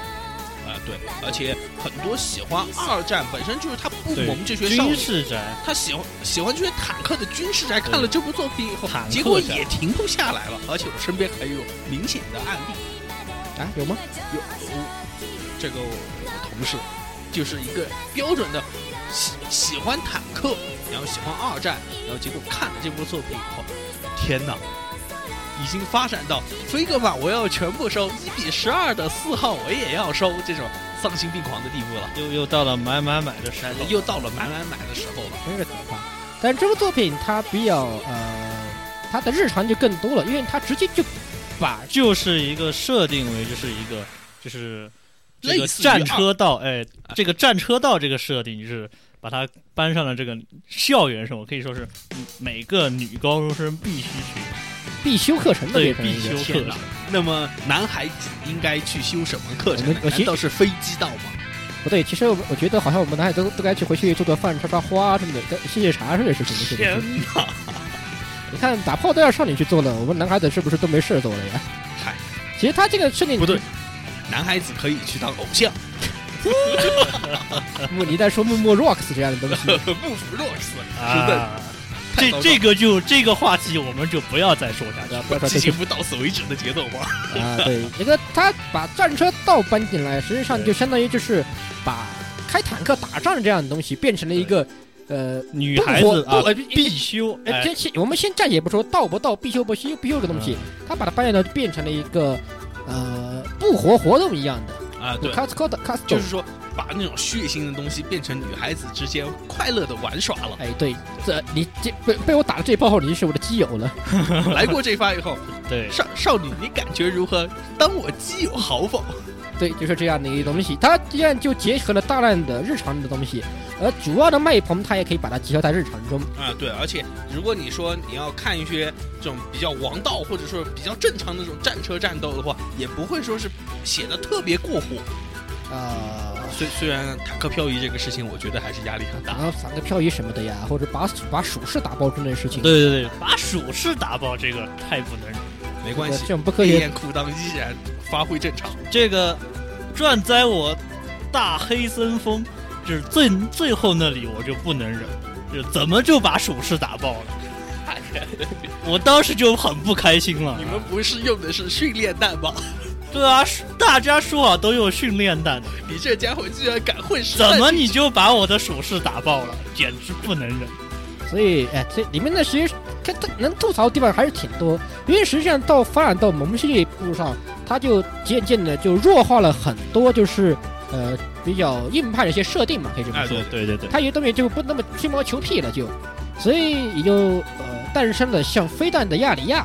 Speaker 2: 啊，对，而且很多喜欢二战本身就是他不
Speaker 3: 对
Speaker 2: 萌这些少
Speaker 3: 军
Speaker 2: 女，
Speaker 3: 事宅，
Speaker 2: 他喜欢喜欢这些坦克的军事宅，看了这部作品以后
Speaker 3: 坦，克
Speaker 2: 结果
Speaker 3: 宅
Speaker 2: 也停不下来了。而且我身边还有明显的案例，
Speaker 1: 啊，有吗？
Speaker 2: 有这个我同事就是一个标准的喜喜欢坦克，然后喜欢二战，然后结果看了这部作品以后，天哪！已经发展到飞哥版我要全部收，一比十二的四号我也要收，这种丧心病狂的地步了。
Speaker 3: 又又到了买买买的时候，
Speaker 2: 又到了买买买的时候了。
Speaker 1: 真是可怕。但是这部作品它比较呃，它的日常就更多了，因为它直接就把
Speaker 3: 就是一个设定为就是一个就是这
Speaker 2: 类
Speaker 3: 个
Speaker 2: 似于
Speaker 3: 战
Speaker 2: 二
Speaker 3: 车道，哎
Speaker 2: 啊，
Speaker 3: 这个战车道这个设定就是把它搬上了这个校园生活，可以说是每个女高中生必须学
Speaker 1: 必修课程的
Speaker 3: 对
Speaker 1: 变成
Speaker 3: 必
Speaker 1: 一
Speaker 3: 修
Speaker 1: 个
Speaker 3: 课
Speaker 2: 天哪
Speaker 3: 程。
Speaker 2: 那么男孩子应该去修什么课程呢
Speaker 1: 我？们
Speaker 2: 难道是飞机道吗？
Speaker 1: 不对，其实我我觉得好像我们男孩都都该去回去做做饭、插插花什么的，写写茶之类的事情。是不
Speaker 2: 天
Speaker 1: 是？
Speaker 2: 哪！
Speaker 1: 你看打炮都要少女去做了，我们男孩子是不是都没事做了呀？
Speaker 2: 嗨，
Speaker 1: 其实他这个设定
Speaker 2: 不对，男孩子可以去当偶像，
Speaker 1: 木你在说木木 rocks 这样的东西，
Speaker 2: 不服洛斯，实在
Speaker 3: 啊。
Speaker 2: 太
Speaker 3: 这
Speaker 2: 糟糕
Speaker 3: 这个就这个话题我们就不要再说下去
Speaker 1: 啊
Speaker 3: 了。
Speaker 1: 不要说这
Speaker 2: 这
Speaker 1: 些
Speaker 2: 节目到此为止的节奏吧。
Speaker 1: 啊，对，这个他把战车道搬进来，实际上就
Speaker 3: 对
Speaker 1: 相当于就是把开坦克打仗这样的东西变成了一个呃，
Speaker 3: 女孩子啊
Speaker 1: 不
Speaker 2: 哎
Speaker 1: 呃
Speaker 3: 必修，
Speaker 1: 呃，
Speaker 3: 哎，
Speaker 1: 这先我们先暂且不说道不道、必修不修、必修这个东西，
Speaker 2: 嗯
Speaker 1: 他把它搬进来变成了一个呃不活活动一样的
Speaker 2: 啊，
Speaker 1: c a s c o 的 c a s t
Speaker 2: 就
Speaker 1: o
Speaker 2: 是说把那种血腥的东西变成女孩子之间快乐的玩耍 了。
Speaker 1: 哎，对，这你这被被我打了这一炮后，你就是我的基友了。
Speaker 2: 来过这番以后，
Speaker 3: 对，
Speaker 2: 少少女你感觉如何？当我基友好否？
Speaker 1: 对，就是这样的一个东西。它既然就结合了大量的日常的东西，而主要的卖棚它也可以把它结合在日常中。
Speaker 2: 啊，对，而且如果你说你要看一些这种比较王道或者说比较正常的这种战车战斗的话，也不会说是写的特别过火。
Speaker 1: 呃，
Speaker 2: 虽虽然坦克漂移这个事情，我觉得还是压力很
Speaker 1: 然
Speaker 2: 大。
Speaker 3: 嗯
Speaker 1: 后散个漂移什么的呀，或者把把鼠式打爆之类的事情。
Speaker 3: 对，对对，把鼠式打爆这个太不能忍。
Speaker 2: 没关
Speaker 1: 这
Speaker 2: 系，
Speaker 1: 种不科
Speaker 2: 烈
Speaker 1: 学。
Speaker 2: 焰裤裆依然发挥正常。
Speaker 3: 这个转载我大黑森风，就是最最后那里我就不能忍，就是怎么就把鼠式打爆了？我当时就很不开心了
Speaker 2: 你。们不是用的是训练弹吗？
Speaker 3: 对啊，是大家说好都有训练弹的，
Speaker 2: 你这家伙居然敢混实
Speaker 3: 怎
Speaker 2: 战
Speaker 3: 么你就把我的鼠式打爆了？简直不能忍。
Speaker 1: 所以，哎，这里面的其实它它能吐槽的地方还是挺多，因为实际上到发展到萌系这一步上，它就渐渐的就弱化了很多，就是呃比较硬派的一些设定嘛，可以这么
Speaker 2: 哎
Speaker 1: 说。
Speaker 2: 对
Speaker 3: 对对对，
Speaker 1: 它有些东西就不那么吹毛求疵了，就，所以也就呃诞生了像《飞弹的亚里亚》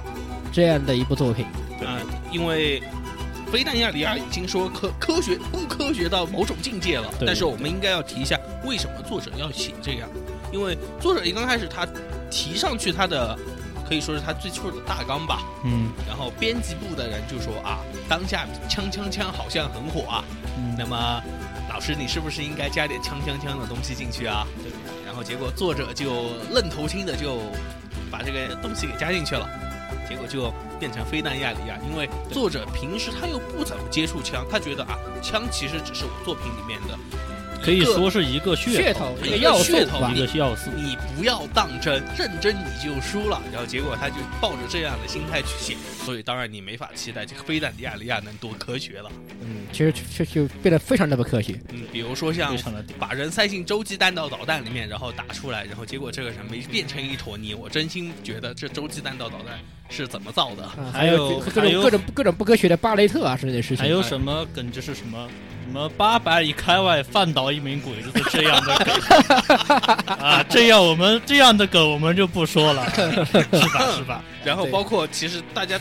Speaker 1: 这样的一部作品。
Speaker 2: 啊、因为飞弹亚里亚已经说科科学不科学到某种境界了，
Speaker 3: 对
Speaker 2: 但是我们应该要提一下，为什么作者要写这样？因为作者一刚开始他提上去他的可以说是他最初的大纲吧，
Speaker 3: 嗯
Speaker 2: 然后编辑部的人就说啊，当下锵锵锵好像很火啊，那
Speaker 3: 嗯，
Speaker 2: 么老师你是不是应该加点锵锵锵的东西进去啊？
Speaker 3: 对。
Speaker 2: 然后结果作者就愣头青的就把这个东西给加进去了，结果就变成非但亚里亚，因为作者平时他又不怎么接触枪，他觉得啊，枪其实只是我作品里面的
Speaker 3: 可以
Speaker 2: 一个
Speaker 3: 说是一个噱
Speaker 1: 噱
Speaker 3: 头
Speaker 1: 头，
Speaker 2: 一
Speaker 1: 一个
Speaker 2: 个
Speaker 1: 要素
Speaker 2: 噱头
Speaker 1: 吧
Speaker 3: 一。个要素。
Speaker 2: 你不要当真，认真你就输了。然后结果他就抱着这样的心态去写，所以当然你没法期待这个菲坦迪亚利亚能多科学了。
Speaker 1: 嗯，其实就就变得非常的不科学。
Speaker 2: 嗯，比如说像
Speaker 3: 非常的
Speaker 2: 把人塞进洲际弹道导弹里面，然后打出来，然后结果这个人没变成一坨泥。我真心觉得这洲际弹道导弹是怎么造的？
Speaker 1: 啊
Speaker 3: 还有
Speaker 1: 各
Speaker 3: 还
Speaker 1: 种
Speaker 3: 有
Speaker 1: 各种各种不科学的巴雷特啊之类的事情。
Speaker 3: 还有什么梗就是什么什么八百里开外放倒一名鬼子这样 的梗啊，这样我们这样的梗我们就不说 了，是吧？是吧？
Speaker 2: 然后
Speaker 1: 对
Speaker 2: 包括其实大家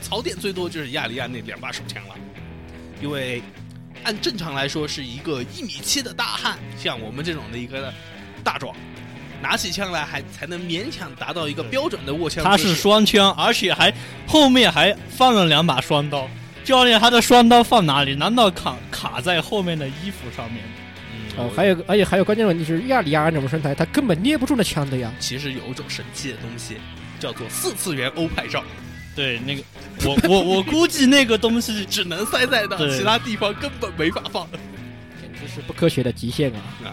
Speaker 2: 槽点最多就是亚利亚那两把手枪了，因为按正常来说是一个一米七的大汉，像我们这种的一个大壮，拿起枪来还才能勉强达到一个
Speaker 3: 对
Speaker 2: 标准的握枪
Speaker 3: 他
Speaker 2: 姿势
Speaker 3: 是双枪，而且还后面还放了两把双刀。教练，他的双刀放哪里？难道卡卡在后面的衣服上面？
Speaker 2: 嗯
Speaker 3: 呃
Speaker 1: 哦，
Speaker 2: 我
Speaker 1: 还有而且还有关键的问题是，亚里亚那种身材，他根本捏不住那枪的呀。
Speaker 2: 其实有一种神奇的东西叫做四次元欧派照，
Speaker 3: 对，那个，我我我估计那个东西
Speaker 2: 只能塞在那，
Speaker 3: 对
Speaker 2: 其他地方根本没法放。
Speaker 1: 简直是不科学的极限啊
Speaker 2: 啊！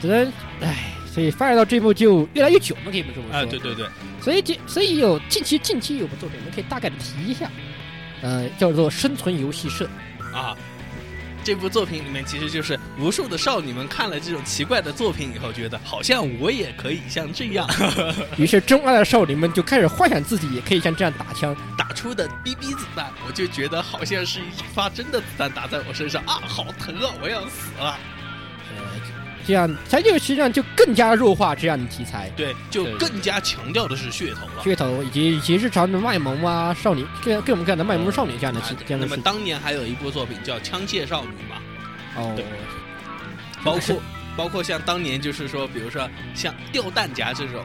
Speaker 1: 只能，唉，所以发展到这一步就越来越久嘛，可以这么说。
Speaker 2: 啊，对对对，
Speaker 1: 所以这所以有近期近期有部作品，我们可以大概的提一下，呃，叫做《生存游戏 社
Speaker 2: 啊，这部作品里面其实就是无数的少女们看了这种奇怪的作品以后，觉得好像我也可以像这 样》，
Speaker 1: 于是真爱的少女们就开始幻想自己也可以像这样打枪。
Speaker 2: 打出的 BB 子弹，我就觉得好像是一发真的子弹打在我身上啊，好疼啊，我要死了。
Speaker 1: 呃，这样，它就实际上就更加弱化这样的题材。
Speaker 2: 对，就
Speaker 3: 对
Speaker 2: 更加强调的是噱头了。
Speaker 1: 噱头以及以及日常的卖萌啊，少女各各种各样的卖萌少女这样的
Speaker 2: 啊
Speaker 1: 情这样的
Speaker 2: 那么
Speaker 1: 事
Speaker 2: 当年还有一部作品叫《枪械少女》嘛，
Speaker 1: 哦
Speaker 3: 对，
Speaker 2: 包
Speaker 1: 是
Speaker 2: 括包括像当年就是说，比如说像吊弹夹这种，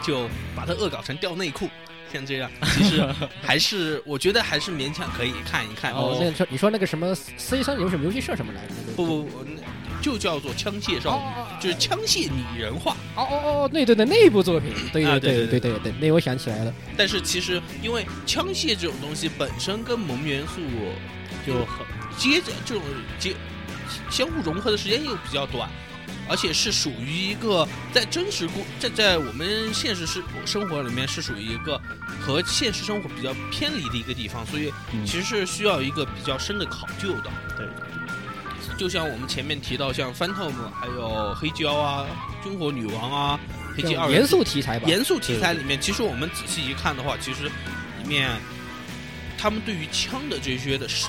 Speaker 2: 就把它恶搞成吊内裤，像这样，其实还是我觉得还是勉强可以看一看。
Speaker 1: 哦，那说你说那个什么 C 三零什么游戏社什么来着？
Speaker 2: 不不不，那就叫做枪械少女，
Speaker 1: 哦
Speaker 2: 就是枪械拟人化。
Speaker 1: 哦哦哦，对对对，那一部作品，对对
Speaker 2: 啊对对
Speaker 1: 对对对，那我想起来了，
Speaker 2: 但是其实因为枪械这种东西本身跟萌元素
Speaker 3: 就很
Speaker 2: 接着这种接相互融合的时间又比较短，而且是属于一个在真实故在在我们现实生生活里面是属于一个和现实生活比较偏离的一个地方，所以
Speaker 3: 嗯
Speaker 2: 其实是需要一个比较深的考究的。
Speaker 3: 对，
Speaker 2: 就像我们前面提到，像 Phantom 还有黑胶啊、军火女王啊、黑
Speaker 1: 这
Speaker 2: 金二
Speaker 1: 种
Speaker 2: 人
Speaker 1: 严
Speaker 2: 组
Speaker 1: 肃题材吧，
Speaker 2: 严肃题材里面，其实我们仔细一看的话，其实里面他们对于枪的这些的设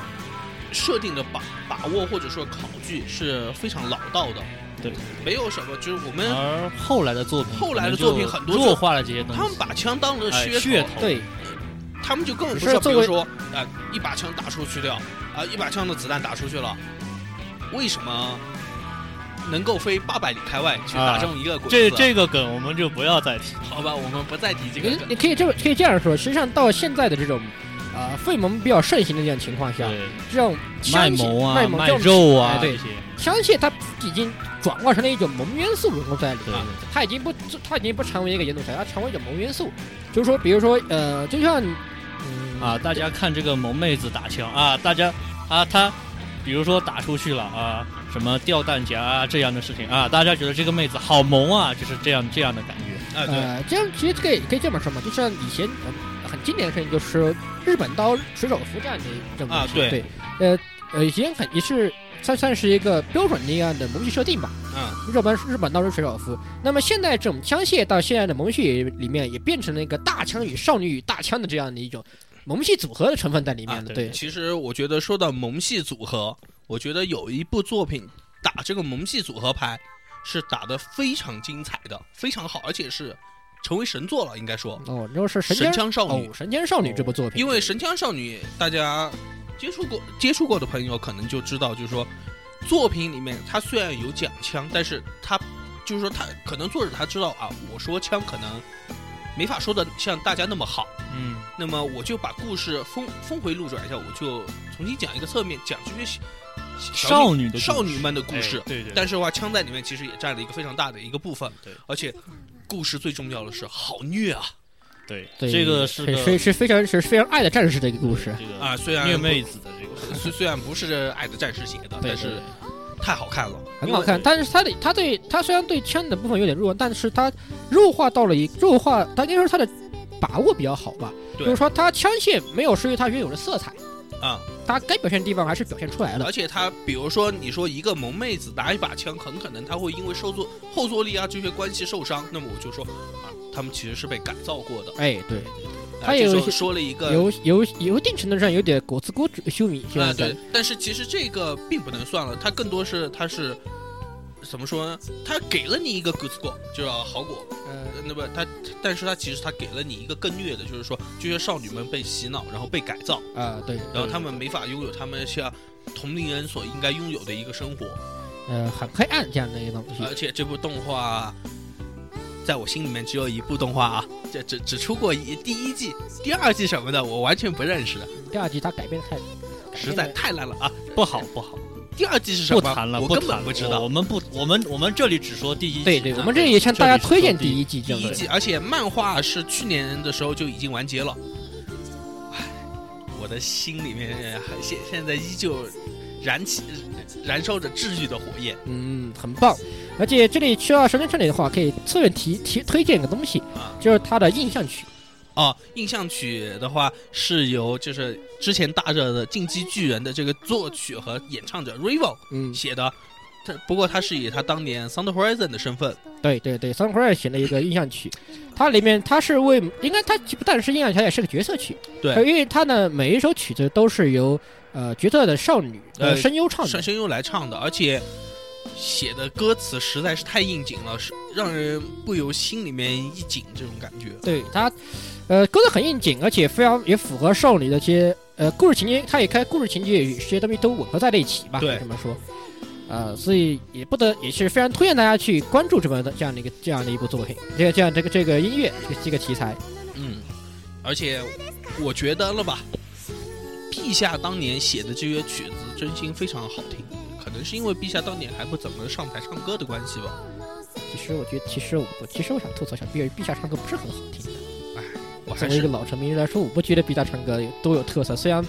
Speaker 2: 设定的把把握或者说考据是非常老道的，
Speaker 3: 对，啊
Speaker 2: 没有什么，就是我们
Speaker 3: 而后来的作品，
Speaker 2: 后来的作品很多
Speaker 3: 就弱化了这些东西。
Speaker 2: 他们把枪当了
Speaker 3: 哎
Speaker 2: 噱
Speaker 3: 噱头
Speaker 1: 对，
Speaker 2: 他们就根本不
Speaker 1: 只是
Speaker 2: 像，比
Speaker 1: 作
Speaker 2: 如
Speaker 1: 为
Speaker 2: 说，啊，一把枪打出去了，啊、一把枪的子弹打出去了，为什么能够飞八百里开外去打
Speaker 3: 啊
Speaker 2: 中一个鬼
Speaker 3: 这
Speaker 2: 子？
Speaker 3: 这个嗯梗我们就不要再提。
Speaker 2: 好吧，我们不再提这个
Speaker 1: 你
Speaker 2: 梗
Speaker 1: 你可以这么可以这样说，实际上到现在的这种。啊，费蒙比较盛行的这种情况下，
Speaker 3: 对，
Speaker 1: 这种
Speaker 3: 卖
Speaker 1: 枪械
Speaker 3: 萌啊，
Speaker 1: 卖
Speaker 3: 卖
Speaker 1: 这种
Speaker 3: 肉啊，
Speaker 1: 哎
Speaker 3: 这
Speaker 1: 对
Speaker 3: 些，
Speaker 1: 枪械它已经转化成了一种萌元素融合在里
Speaker 3: 对
Speaker 1: 面，它已经不它已经不成为一个严肃材，它成为一种萌元素。就是说，比如说，呃，就像，嗯
Speaker 3: 啊，大家看这个萌妹子打枪啊，大家啊，她比如说打出去了啊，什么吊弹夹啊这样的事情啊，大家觉得这个妹子好萌啊，就是这样这样的感觉。
Speaker 2: 啊，对，
Speaker 1: 呃，这样其实可以可以这么说嘛，就像以前呃很经典的事情，就是日本刀水手服这样的一种东西
Speaker 2: 啊对
Speaker 1: 对，呃呃，以前很也是算算是一个标准的一样的模具设定吧。
Speaker 2: 嗯，
Speaker 1: 日本日本刀是水手服，那么现在这种枪械到现在的萌系里面也变成了一个大枪与少女与大枪的这样的一种萌系组合的成分在里面了。
Speaker 3: 啊对
Speaker 1: 对，
Speaker 2: 其实我觉得说到萌系组合，我觉得有一部作品打这个萌系组合牌是打得非常精彩的，非常好，而且是成为神作了，应该说
Speaker 1: 哦，然后是
Speaker 2: 《
Speaker 1: 神
Speaker 2: 神
Speaker 1: 枪
Speaker 2: 枪少女》哦
Speaker 1: 哦，神枪少女这部作品，
Speaker 2: 因为《神枪少女》，大家接触过接触过的朋友可能就知道，就是说作品里面它虽然有讲枪，但是它就是说它可能作者他知道啊，我说枪可能没法说的像大家那么好。
Speaker 3: 嗯，
Speaker 2: 那么我就把故事峰峰回路转一下，我就重新讲一个侧面，讲这些小
Speaker 3: 少女的故事
Speaker 2: 少女们的故事
Speaker 3: 哎。对对，
Speaker 2: 但是的话，枪在里面其实也占了一个非常大的一个部分，
Speaker 3: 对，
Speaker 2: 而且故事最重要的是好虐啊
Speaker 3: 对
Speaker 1: 对
Speaker 3: 这个是个
Speaker 1: 是是非常是非常爱的战士的一个故事。
Speaker 3: 这个
Speaker 2: 啊！虽然
Speaker 3: 虐妹子的这个，
Speaker 2: 虽虽然不是爱的战士写的，
Speaker 1: 对
Speaker 2: 但
Speaker 1: 对
Speaker 2: 是
Speaker 1: 对
Speaker 2: 太好看了，
Speaker 1: 很好看
Speaker 2: 因。为
Speaker 1: 但是它的它对它虽然对枪的部分有点弱，但是它弱化到了一弱化，它应该说它的把握比较好吧。
Speaker 2: 对
Speaker 1: 就是说它枪械没有失去它原有的色彩，
Speaker 2: 啊、
Speaker 1: 它该表现的地方还是表现出来了
Speaker 2: 而。且他比如说你说一个萌妹子拿一把枪，很可能她会因为受挫后坐力啊这些关系受伤，那么我就说啊，他们其实是被改造过的。
Speaker 1: 哎，对，
Speaker 2: 啊
Speaker 1: 他也有
Speaker 2: 这
Speaker 1: 一些
Speaker 2: 就说了一个
Speaker 1: 有有有一定程度上有点果子锅修米这
Speaker 2: 啊、
Speaker 1: 样的
Speaker 2: 对，但是其实这个并不能算了，它更多是它是怎么说呢？它给了你一个 good score，就是好果，
Speaker 1: 呃
Speaker 2: 呃那么它，但是它其实它给了你一个更虐的，就是说这些少女们被洗脑，然后被改造，
Speaker 1: 啊、对，
Speaker 2: 然后她们没法拥有她们像同龄人所应该拥有的一个生活，
Speaker 3: 嗯
Speaker 1: 呃，很黑暗这样的一个东西。
Speaker 2: 而且这部动画。在我心里面只有一部动画啊，这只只出过一第一季、第二季什么的，我完全不认识的，
Speaker 1: 第二集它改变太，
Speaker 2: 实在太烂了啊！
Speaker 3: 不好不好，
Speaker 2: 第二季是什
Speaker 3: 哎不
Speaker 2: 么？
Speaker 3: 谈了，
Speaker 2: 我
Speaker 3: 不
Speaker 2: 根
Speaker 3: 谈
Speaker 2: 本
Speaker 3: 了
Speaker 2: 不知道
Speaker 3: 我。们不，我们我们这里只说第一季。
Speaker 1: 对对，
Speaker 2: 啊
Speaker 1: 我们这也向大家推荐第
Speaker 3: 一。
Speaker 1: 一季，
Speaker 2: 第
Speaker 1: 这样
Speaker 2: 一
Speaker 1: 的
Speaker 2: 季，而且漫画是去年的时候就已经完结了。唉，我的心里面还现现在依旧燃起燃烧着治愈的火焰
Speaker 1: 嗯，很棒。而且这里需要神神这里的话，可以顺便提提推荐一个东西，
Speaker 2: 啊！
Speaker 1: 就是它的印象曲。
Speaker 2: 哦，印象曲的话是由就是之前大热的《进击巨人》的这个作曲和演唱者 Rivo
Speaker 1: 嗯，
Speaker 2: 写的，他不过他是以他当年 Sound Horizon 的身份
Speaker 1: 对对对，Sun Cry 写了一个印象曲，它里面它是为应该它不但是印象曲，它也是个角色曲。呃
Speaker 2: 对
Speaker 1: 因为它呢每一首曲子都是由呃角色的少女
Speaker 2: 呃
Speaker 1: 呃声优唱
Speaker 2: 上
Speaker 1: 的。
Speaker 2: 声优来唱的，而且写的歌词实在是太应景了，是让人不由心里面一紧这种感觉。
Speaker 1: 对它，呃，歌词很应景，而且非常也符合少女的一些呃故事情节，它也开故事情节与这些东西都吻合在了一起吧。
Speaker 2: 对
Speaker 1: 这么说。呃，所以也不得也是非常推荐大家去关注这么的这样的一个这样的一部作品，这个这样这个这个音乐这个这个题材。
Speaker 2: 嗯，而且我觉得了吧，陛下当年写的这些曲子真心非常好听，可能是因为陛下当年还不怎么上台唱歌的关系吧。
Speaker 1: 其实我觉得，其实我不，其实我想吐槽一下，陛陛下唱歌不是很好听的。
Speaker 2: 我
Speaker 1: 作
Speaker 2: 还
Speaker 1: 为一
Speaker 2: 是
Speaker 1: 个老成名人来说，我不觉得陛下唱歌有多有特色。虽然，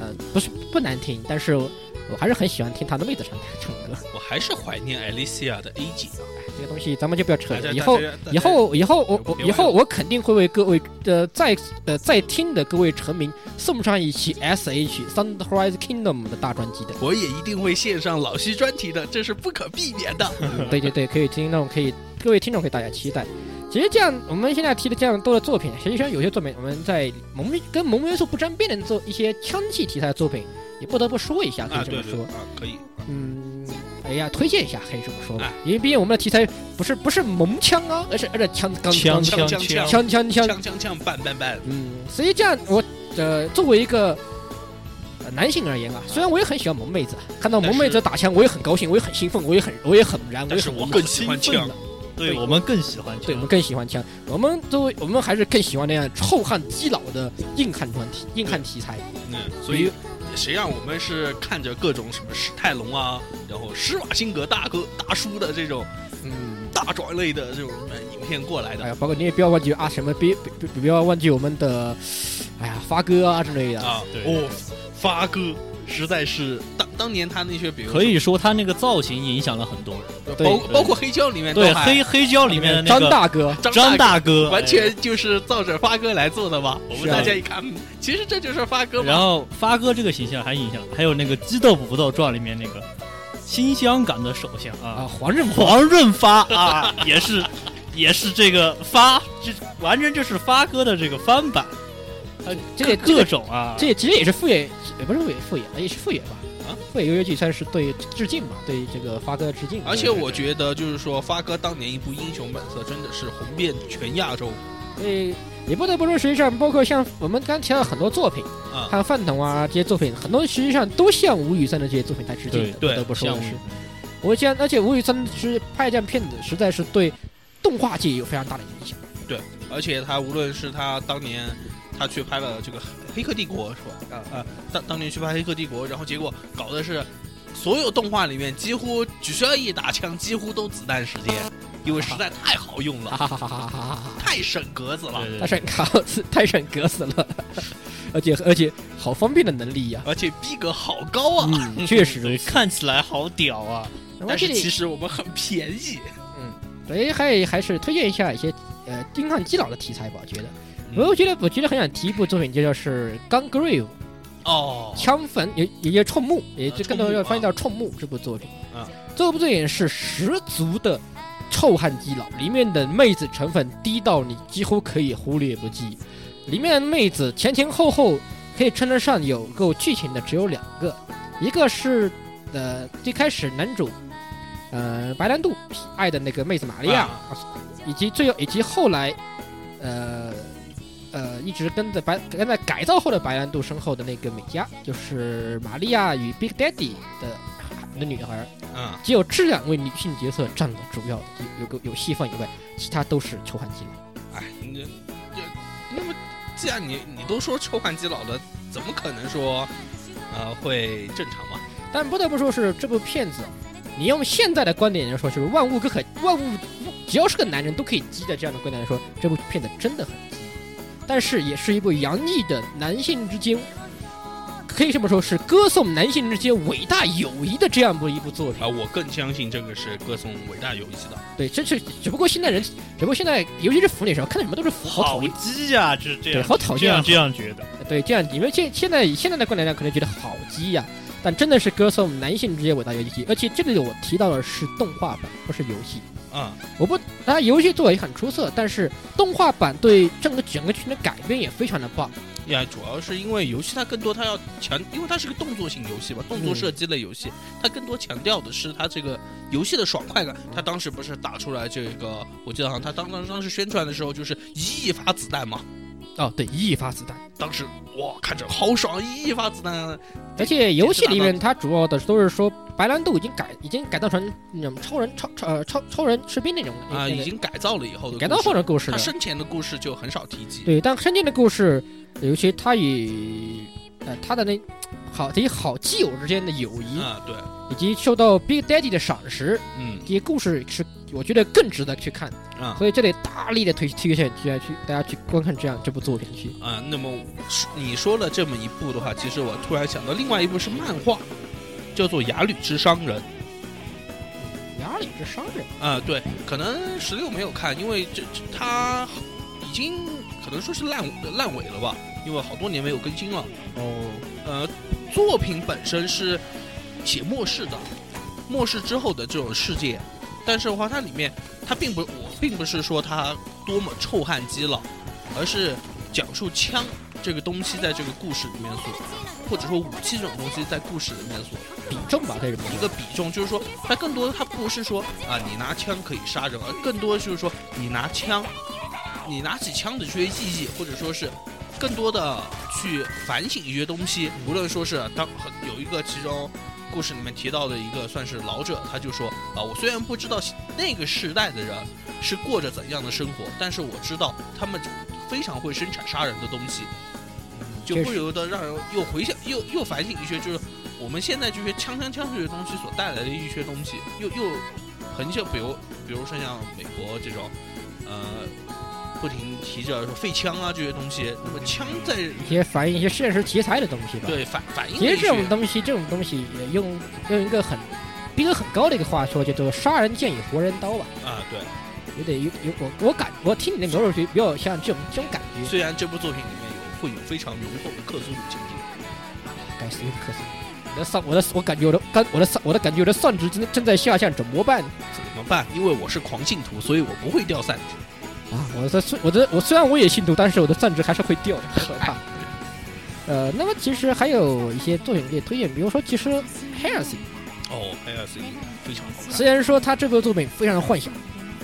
Speaker 1: 嗯、不是不难听，但是我我还是很喜欢听他的妹子唱唱歌。
Speaker 2: 我还是怀念艾丽西亚的 A 级。
Speaker 1: 这个东西咱们就不要扯
Speaker 2: 大家
Speaker 1: 了，以后。
Speaker 2: 大家
Speaker 1: 以后，以后我我
Speaker 2: 别
Speaker 1: 以后我肯定会为各位呃在呃在听的各位臣民送上一期 S H Sun Horizon Kingdom 的大专辑的。
Speaker 2: 我也一定会献上老西专题的，这是不可避免 的。
Speaker 1: 对对对，可以听众可以各位听众可以大家期待。其实这样，我们现在提的这样多的作品，实际上有些作品我们在蒙面跟蒙面元素不沾边的做一些枪器题材的作品，也不得不说一下，可
Speaker 2: 啊，
Speaker 1: 以这么
Speaker 2: 对
Speaker 1: 说
Speaker 2: 对。啊，可以。
Speaker 1: 嗯，哎呀，推荐一下可以这么说吧
Speaker 2: 哎，
Speaker 1: 因为毕竟我们的题材不是不是萌枪啊，而是而是枪钢
Speaker 3: 枪
Speaker 1: 钢
Speaker 2: 枪
Speaker 3: 枪枪
Speaker 1: 枪枪枪
Speaker 2: 锵锵锵，拌拌拌。
Speaker 1: 嗯，所以这样我呃作为一个、呃男性而言啊，虽然我也很喜欢萌妹子，看到萌妹子打枪我也很高兴，我也很兴奋，我也很我也很燃，我
Speaker 2: 但
Speaker 1: 也
Speaker 2: 是
Speaker 1: 很
Speaker 2: 我
Speaker 1: 无
Speaker 2: 更
Speaker 1: 脑
Speaker 2: 喜欢
Speaker 1: 兴奋
Speaker 2: 枪
Speaker 1: 的，
Speaker 3: 对
Speaker 1: 对
Speaker 3: 我们更喜欢这
Speaker 1: 对我
Speaker 3: 样。
Speaker 1: 们更喜欢枪，我们作为我们还是更喜欢那样臭汉基佬的硬汉团体、硬汉题材。
Speaker 2: 嗯，所以谁让我们是看着各种什么史泰龙啊，然后施瓦辛格大哥大叔的这种
Speaker 1: 嗯，
Speaker 2: 大壮类的这种呃影片过来
Speaker 1: 哎
Speaker 2: 的
Speaker 1: 呀，包括你也不要忘记啊什么，别别别不要忘记我们的，哎呀发哥啊之类的。
Speaker 2: 啊？
Speaker 3: 对
Speaker 2: 哦，发哥实在是当当年他那些，比如说
Speaker 3: 可以说他那个造型影响了很多人。
Speaker 1: 对
Speaker 2: 包包括黑胶
Speaker 1: 哎
Speaker 2: 里面
Speaker 3: 对，
Speaker 2: 都还
Speaker 3: 黑黑胶里面的那
Speaker 1: 张
Speaker 3: 个
Speaker 1: 大哥，
Speaker 2: 张
Speaker 3: 张
Speaker 2: 大
Speaker 3: 大哥，
Speaker 2: 完全就是照着发哥来做的嘛。我们
Speaker 1: 是啊
Speaker 2: 大家一看，嗯其实这就是发哥
Speaker 3: 哎。然
Speaker 2: 嘛。
Speaker 3: 后发哥这个形象还影响，还有那个《激斗不斗传》里面那个新香港的首相
Speaker 1: 啊，
Speaker 3: 啊，
Speaker 1: 黄任华，
Speaker 3: 黄润发 啊，也是也是这个发，这完全就是发哥的这个翻版，
Speaker 1: 这个
Speaker 3: 各种啊，
Speaker 1: 这其实也是副业，也不是副业，副业也是副业吧？
Speaker 2: 啊，
Speaker 1: 副业优越剧算是对致敬吧，对这个发哥的致敬。
Speaker 2: 而且我觉得，就是说，发哥当年一部《英雄本色》真的是红遍全亚洲
Speaker 1: 所以呃也不得不说，实际上包括像我们刚提到很多作品，
Speaker 2: 啊！
Speaker 1: 像饭桶啊这些作品，很多实际上都向吴宇森的这些作品在致敬的，
Speaker 2: 对
Speaker 1: 不得不说
Speaker 3: 像
Speaker 1: 的是。我现在，而且吴宇森是拍这样片子，实在是对动画界有非常大的影响。
Speaker 2: 而且他无论是他当年他去拍了这个《黑客帝国》是吧？啊啊，当当年去拍《黑客帝国》，然后结果搞的是所有动画里面几乎只需要一打枪，几乎都子弹时间，因为实在太好用
Speaker 1: 哈
Speaker 2: 了，
Speaker 1: 哈哈哈哈哈哈哈！
Speaker 2: 太省格子了。
Speaker 3: 对
Speaker 1: 太
Speaker 3: 对，
Speaker 1: 省 格子，太省格子了， 而且而且好方便的能力呀、
Speaker 2: 而且逼格好高啊！
Speaker 1: 嗯，确实
Speaker 3: 对看起来好屌啊！
Speaker 1: 然后
Speaker 2: 但
Speaker 1: 这
Speaker 2: 是
Speaker 1: 里
Speaker 2: 其实我们很便宜。
Speaker 1: 哎，还还是推荐一下一些呃樱上基佬的题材吧，我觉得。
Speaker 2: 嗯
Speaker 1: 我觉得，我觉得很想提一部作品，就叫是《Gun Grave》
Speaker 2: 哦，
Speaker 1: 枪粉，也也叫冲木，也就
Speaker 2: 啊
Speaker 1: 更多
Speaker 2: 冲木
Speaker 1: 要
Speaker 2: 啊
Speaker 1: 翻译到冲木这部作品。
Speaker 2: 啊，
Speaker 1: 这部作品是十足的臭汉基佬，里面的妹子成分低到你几乎可以忽略不计，里面的妹子前前后后可以称得上有够剧情的只有两个，一个是呃最开始男主呃白兰度爱的那个妹子玛利亚，以及最后以及后来呃呃一直跟在白跟在改造后的白兰度身后的那个美嘉，就是玛利亚与 Big Daddy 的的女孩，
Speaker 2: 嗯，
Speaker 1: 只有这两位女性角色占了主要的有有个有戏份以外，其他都是臭汉基佬。
Speaker 2: 哎，你这这那么，既然你你都说臭汉基佬了，怎么可能说呃会正常嘛？
Speaker 1: 但不得不说是这部片子，你用现在的观点来说，就是万物可可万物只要是个男人都可以鸡的这样的观点来说，这部片子真的很鸡，但是也是一部洋溢的男性之间。可以这么说，是歌颂男性之间伟大友谊的这样一部作品。
Speaker 2: 啊，我更相信这个是歌颂伟大友谊的。
Speaker 1: 对，真是，只不过现在人，只不过现在，尤其是腐女时候，看到什么都是腐，好讨
Speaker 3: 好
Speaker 1: 厌，
Speaker 3: 鸡呀，这这
Speaker 1: 对，
Speaker 3: 样
Speaker 1: 好讨
Speaker 3: 这
Speaker 1: 厌啊
Speaker 3: 样，这样觉得，
Speaker 1: 对，这样你们现现在以现在的观点上可能觉得好鸡呀、但真的是歌颂男性之间伟大游戏，而且这里我提到的是动画版，不是游戏。
Speaker 2: 嗯，
Speaker 1: 我不，它游戏做得也很出色，但是动画版对整个整个剧情的改编也非常的棒。
Speaker 2: 呀，主要是因为游戏它更多，它要强，因为它是个动作性游戏嘛，动作
Speaker 1: 嗯
Speaker 2: 射击类游戏，它更多强调的是它这个游戏的爽快感。它当时不是打出来这个，我记得好像它当当当时宣传的时候就是一亿发子弹嘛，
Speaker 1: 哦，对，一亿发子弹，
Speaker 2: 当时哇看着好爽，一亿发子弹啊，
Speaker 1: 而且游戏里面它主要的都是说白兰度已经改已经改造成那种超人超超呃超超人士兵那种的那个
Speaker 2: 啊已经改造了以后的
Speaker 1: 改造
Speaker 2: 故事
Speaker 1: 后的故事
Speaker 2: 他
Speaker 1: 了。
Speaker 2: 生前的故事就很少提及。
Speaker 1: 对，但圣剑的故事，尤其他与呃他的那好他与好基友之间的友谊，
Speaker 2: 啊，对，
Speaker 1: 以及受到 Big Daddy 的赏识，
Speaker 2: 嗯
Speaker 1: 这些故事是我觉得更值得去看，
Speaker 2: 啊
Speaker 1: 所以这里大力的推推荐大家去大家去观看这样这部作品去。
Speaker 2: 啊，那么你说了这么一部的话，其实我突然想到另外一部是漫画，叫做《哑吕之商人》
Speaker 1: 亚里之商人，
Speaker 2: 啊，对，可能十六没有看，因为这这他已经可能说是烂烂尾了吧，因为好多年没有更新了。
Speaker 1: 哦，
Speaker 2: 呃，作品本身是写末世的，末世之后的这种世界，但是的话，它里面它并不，我并不是说它多么臭汉基佬，而是讲述枪这个东西在这个故事里面所，或者说武器这种东西在故事里面所
Speaker 1: 比重吧，这是比
Speaker 2: 一个比重，就是说它更多它不是说啊你拿枪可以杀人，而更多就是说你拿枪，你拿起枪的这些意义，或者说是更多的去反省一些东西。无论说是当很有一个其中故事里面提到的一个算是老者，他就说啊我虽然不知道那个时代的人是过着怎样的生活，但是我知道他们非常会生产杀人的东西。就
Speaker 1: 确
Speaker 2: 不
Speaker 1: 实
Speaker 2: 由得让人又回想，又又反省一些，就是我们现在这些枪枪枪这些东西所带来的一些东西，又又很像，比如比如说像美国这种，呃，不停提着说废枪啊这些东西，那么枪在
Speaker 1: 一些反映一些现实题材的东西吧。，
Speaker 2: 对反反映
Speaker 1: 其
Speaker 2: 了
Speaker 1: 实
Speaker 2: 一
Speaker 1: 这种
Speaker 2: 些，
Speaker 1: 东西，这种东西也用用一个很逼格很高的一个话说，叫做“杀人剑与活人刀”吧，
Speaker 2: 啊，对。
Speaker 1: 有点有有我我感我听你那描述就比较像这种这种感觉。
Speaker 2: 虽然这部作品里面有会有非常浓厚的克苏鲁情节，
Speaker 1: 该死，又克死！我的丧，我的我感觉我的感我的丧我的感觉我的丧值正正在下降，怎么办？
Speaker 2: 怎么办？因为我是狂信徒，所以我不会掉散值。
Speaker 1: 啊，我的虽我的我虽然我也信徒，但是我的赞值还是会掉的，可怕。 呃，那么其实还有一些作品可以推荐，比如说，其实《Heresy》，
Speaker 2: 哦，还有是非常好看，
Speaker 1: 虽然说他这部作品非常的幻想，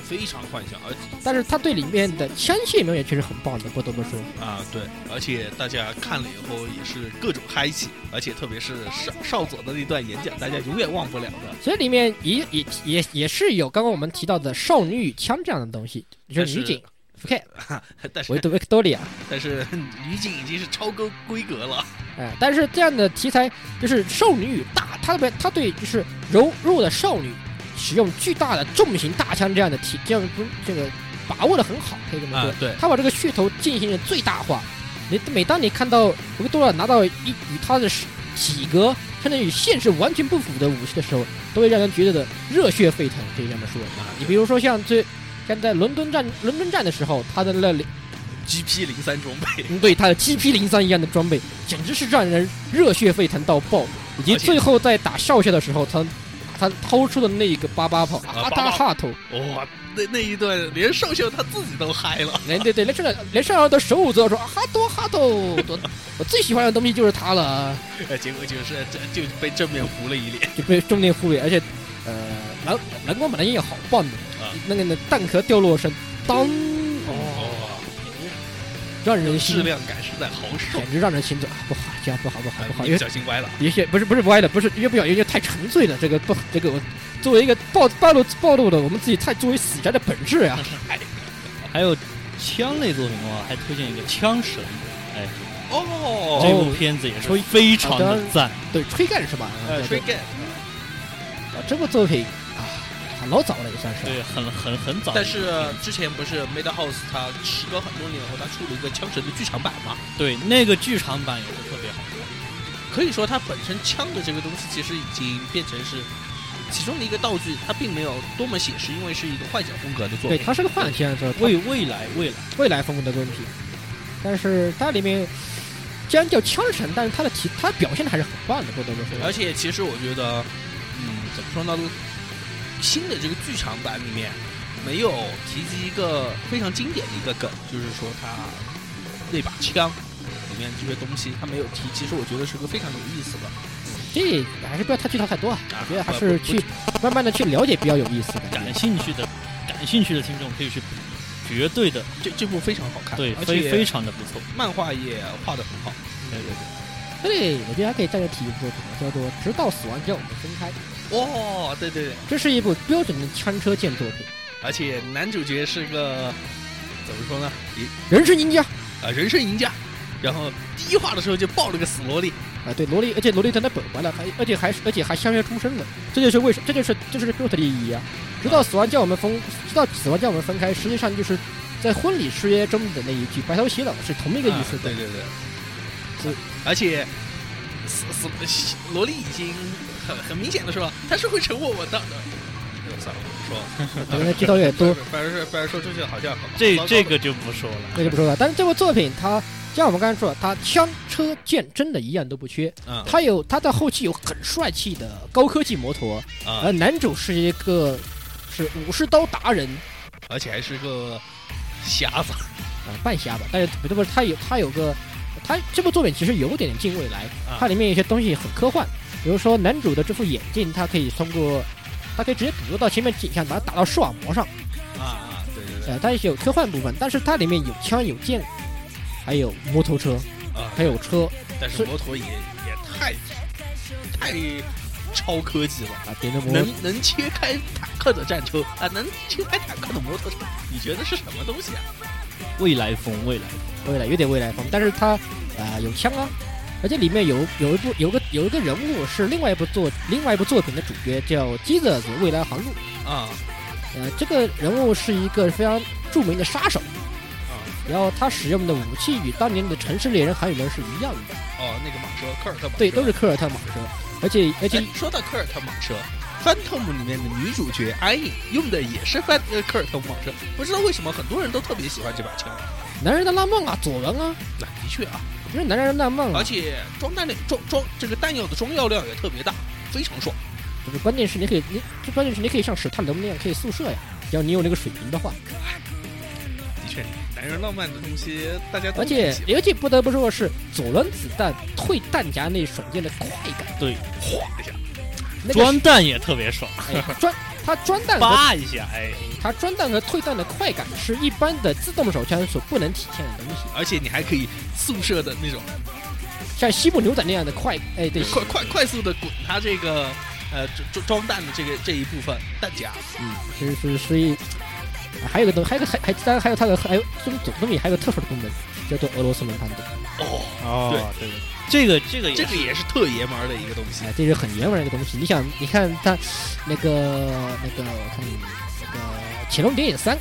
Speaker 2: 非常幻想，而且
Speaker 1: 但是他对里面的枪械描写确实很棒的，不得不说。
Speaker 2: 啊，对，而且大家看了以后也是各种嗨起，而且特别是少少佐的那段演讲，大家永远忘不了的。
Speaker 1: 其实里面也也也也是有刚刚我们提到的少女与枪这样的东西，就是女警 OK，
Speaker 2: 但
Speaker 1: 维
Speaker 2: 是
Speaker 1: 多维克多利亚，
Speaker 2: 但是女警已经是超高规格了，
Speaker 1: 哎，但是这样的题材就是少女与大，他对他对就是柔弱的少女使用巨大的重型大枪这样的题，这样不这个把握的很好，可以这么说。
Speaker 2: 啊 对
Speaker 1: 他把这个噱头进行了最大化。你每当你看到维多利亚拿到一与他的体格甚至与现实完全不符的武器的时候，都会让人觉得热血沸腾，可以这么说。啊你比如说像最像在伦敦站伦敦站的时候，他的那里
Speaker 2: GP 零三装备，
Speaker 1: 嗯对他的 GP 零三一样的装备，简直是让人热血沸腾到爆。以及
Speaker 3: 而且
Speaker 1: 最后在打少校的时候，他他掏出的那一个八八炮
Speaker 2: 啊
Speaker 1: 阿
Speaker 2: 八八
Speaker 1: 达哈头，
Speaker 2: 哇，那那一段连兽秀他自己都嗨了，
Speaker 1: 连对对连上来连上来的手舞足蹈说啊哈多哈头，多我最喜欢的东西就是它了。
Speaker 2: 哎结果就是这就被正面糊了一脸。
Speaker 1: 就被重点忽略，而且，呃，蓝蓝光本来也好棒的，
Speaker 2: 啊
Speaker 1: 那个那弹壳掉落声，当，哦，
Speaker 2: 哦，
Speaker 1: 让人
Speaker 2: 质
Speaker 1: 心，
Speaker 2: 量感实在好爽，
Speaker 1: 简直让人心疼，啊不好，这样不好不好不好，
Speaker 2: 哎
Speaker 1: 因
Speaker 2: 你
Speaker 1: 为
Speaker 2: 小心歪了。
Speaker 1: 有些不是不是歪的，不是越不小心就太沉醉了，这个不这个我作为一个暴暴露暴露了我们自己太作为死宅的本质呀、
Speaker 3: 还有枪类作品的话，还推荐一个《枪神》，哎，
Speaker 2: 哦，
Speaker 3: 这部片子也是
Speaker 1: 吹
Speaker 3: 非常
Speaker 1: 好
Speaker 3: 的
Speaker 1: 的
Speaker 3: 赞。
Speaker 1: 对，吹干是吧？
Speaker 2: 呃
Speaker 1: 对
Speaker 2: 吹
Speaker 1: 对
Speaker 2: gay，
Speaker 1: 啊这部作品啊，老早了也算是，
Speaker 3: 对，很很很早的
Speaker 2: 但
Speaker 3: 一部片，
Speaker 2: 是之前不是 Madhouse 他时隔很多年后，他出了一个《枪神》的剧场版嘛？
Speaker 3: 对那个剧场版也是特别好看。
Speaker 2: 可以说，它本身枪的这个东西其实已经变成是其中的一个道具，它并没有多么写实，因为是一个幻想风格的作
Speaker 1: 对，
Speaker 2: 品。
Speaker 1: 它是个幻想是吧？
Speaker 3: 未未来未来，
Speaker 1: 未来风格的问题。但是它里面既然叫枪神，但是它的题它表现的还是很棒的，不得不
Speaker 2: 而
Speaker 1: 说。
Speaker 2: 且其实我觉得，嗯，怎么说呢？新的这个剧场版里面没有提及一个非常经典的一个梗，就是说他那把枪里面这些东西他没有提，其实我觉得是个非常有意思的。
Speaker 1: 这还是不要太剧透太多啊，
Speaker 2: 啊
Speaker 1: 我觉得还
Speaker 2: 不
Speaker 1: 是
Speaker 2: 不
Speaker 1: 去慢慢的去了解比较有意思的。
Speaker 3: 感兴趣的感兴趣的听众可以去补，绝对的
Speaker 2: 这这部非常好看，
Speaker 3: 对，
Speaker 2: 而
Speaker 3: 非非
Speaker 2: 且
Speaker 3: 常的不错。
Speaker 2: 漫画也画的很好。
Speaker 3: 对对
Speaker 1: 对，我觉得还可以再有提一部作品，叫做《直到死亡将我们分开》，
Speaker 2: 哦，对对对，
Speaker 1: 这是一部标准的枪车剑作品，
Speaker 2: 而且男主角是个怎么说呢？一
Speaker 1: 人生赢家
Speaker 2: 啊、人生赢家。然后第一话的时候就抱了个死萝莉，
Speaker 1: 啊，对萝莉，而且萝莉真的本完了，还而且还是而且还相约终身的，这就是为什这就是这就是 g o t 的意义啊！直到死亡将我们分，直到死亡将我们分开，实际上就是在婚礼誓约中的那一句白头偕老是同一个意思
Speaker 2: 啊
Speaker 1: 的。
Speaker 2: 对对对，
Speaker 1: 是
Speaker 2: 而且死死萝莉已经很很明显的说，他是会成为我的。哎算了，我
Speaker 1: 我觉得剧透越
Speaker 2: 不说
Speaker 1: 多
Speaker 2: 了，，反正是反正说出去好像很
Speaker 3: 这
Speaker 2: 糟糕
Speaker 3: 这
Speaker 2: 的
Speaker 3: 个就不说了。
Speaker 1: 那就不说了。但是这部作品它，像我们刚才说的，它枪车剑真的一样都不缺。
Speaker 2: 嗯
Speaker 1: 它有它在后期有很帅气的高科技摩托，
Speaker 2: 啊
Speaker 1: 而，男主是一个是武士刀达人，
Speaker 2: 而且还是个瞎子
Speaker 1: 啊、半瞎吧，但是不是不是，它有它有个，它这部作品其实有点近未来
Speaker 2: 啊，
Speaker 1: 它里面有些东西很科幻，比如说男主的这副眼镜，它可以通过，它可以直接捕捉到前面景象，把它打到视网膜上，
Speaker 2: 啊啊，对对对
Speaker 1: 呃，它也是有科幻部分，但是它里面有枪有剑，还有摩托车，
Speaker 2: 啊，
Speaker 1: 还有车
Speaker 2: 但
Speaker 1: 是
Speaker 2: 是摩托也也太太超科技了。
Speaker 1: 啊，电动摩托
Speaker 2: 能能切开坦克的战车啊，能切开坦克的摩托车，你觉得是什么东西啊？
Speaker 3: 未来风，未来风
Speaker 1: 未来有点未来风，但是它啊、呃有枪啊，而且里面有有一部有个有一个人物是另外一部作另外一部作品的主角叫基泽子未来航路。
Speaker 2: 啊
Speaker 1: 呃，这个人物是一个非常著名的杀手，
Speaker 2: 啊
Speaker 1: 然后他使用的武器与当年的城市猎人、韩语人是一样的，
Speaker 2: 哦，那个马车，科尔特马车，
Speaker 1: 对，都是科尔特马车，而且而且
Speaker 2: 啊哎。说到科尔特马车，《翻 o 姆》里面的女主角安妮用的也是翻呃科尔特马车，不知道为什么很多人都特别喜欢这把枪。
Speaker 1: 男人的浪漫啊，左文啊，
Speaker 2: 那的确啊，
Speaker 1: 因为男人的浪漫
Speaker 2: 而
Speaker 1: 啊，
Speaker 2: 且装弹量装装这个弹药的装药量也特别大，非常爽。
Speaker 1: 就是关键是你可以，你就关键是你可以像史探龙那样可以宿舍呀，只要你有那个水平的话，
Speaker 2: 哦的确，男人浪漫的东西大家都
Speaker 1: 而且
Speaker 2: 喜欢
Speaker 1: 而且不得不说的是，左轮子弹退弹夹那瞬间的快感，
Speaker 2: 晃一下，
Speaker 1: 那个
Speaker 3: 装弹也特别爽，
Speaker 1: 哎 装它装弹和
Speaker 3: 叭一下，哎，
Speaker 1: 它装弹和退弹的快感是一般的自动手枪所不能体现的东西。
Speaker 2: 而且你还可以宿舍的那种
Speaker 1: 像西部牛仔那样的快，哎，对，
Speaker 2: 快快快速的滚它这个呃装装弹的这个这一部分弹夹，
Speaker 1: 嗯，是是是一，啊还有个东，还有个还还当然还有它的还有这种总动力还有个特殊的功能，叫做俄罗斯轮盘的，
Speaker 2: 哦，
Speaker 3: 哦，对，这个这个也
Speaker 2: 这个也是特爷们儿的一个东西
Speaker 1: 哎，这是很原味的一个东西。你想，你看它那个那个，我看那个《潜龙谍影三》，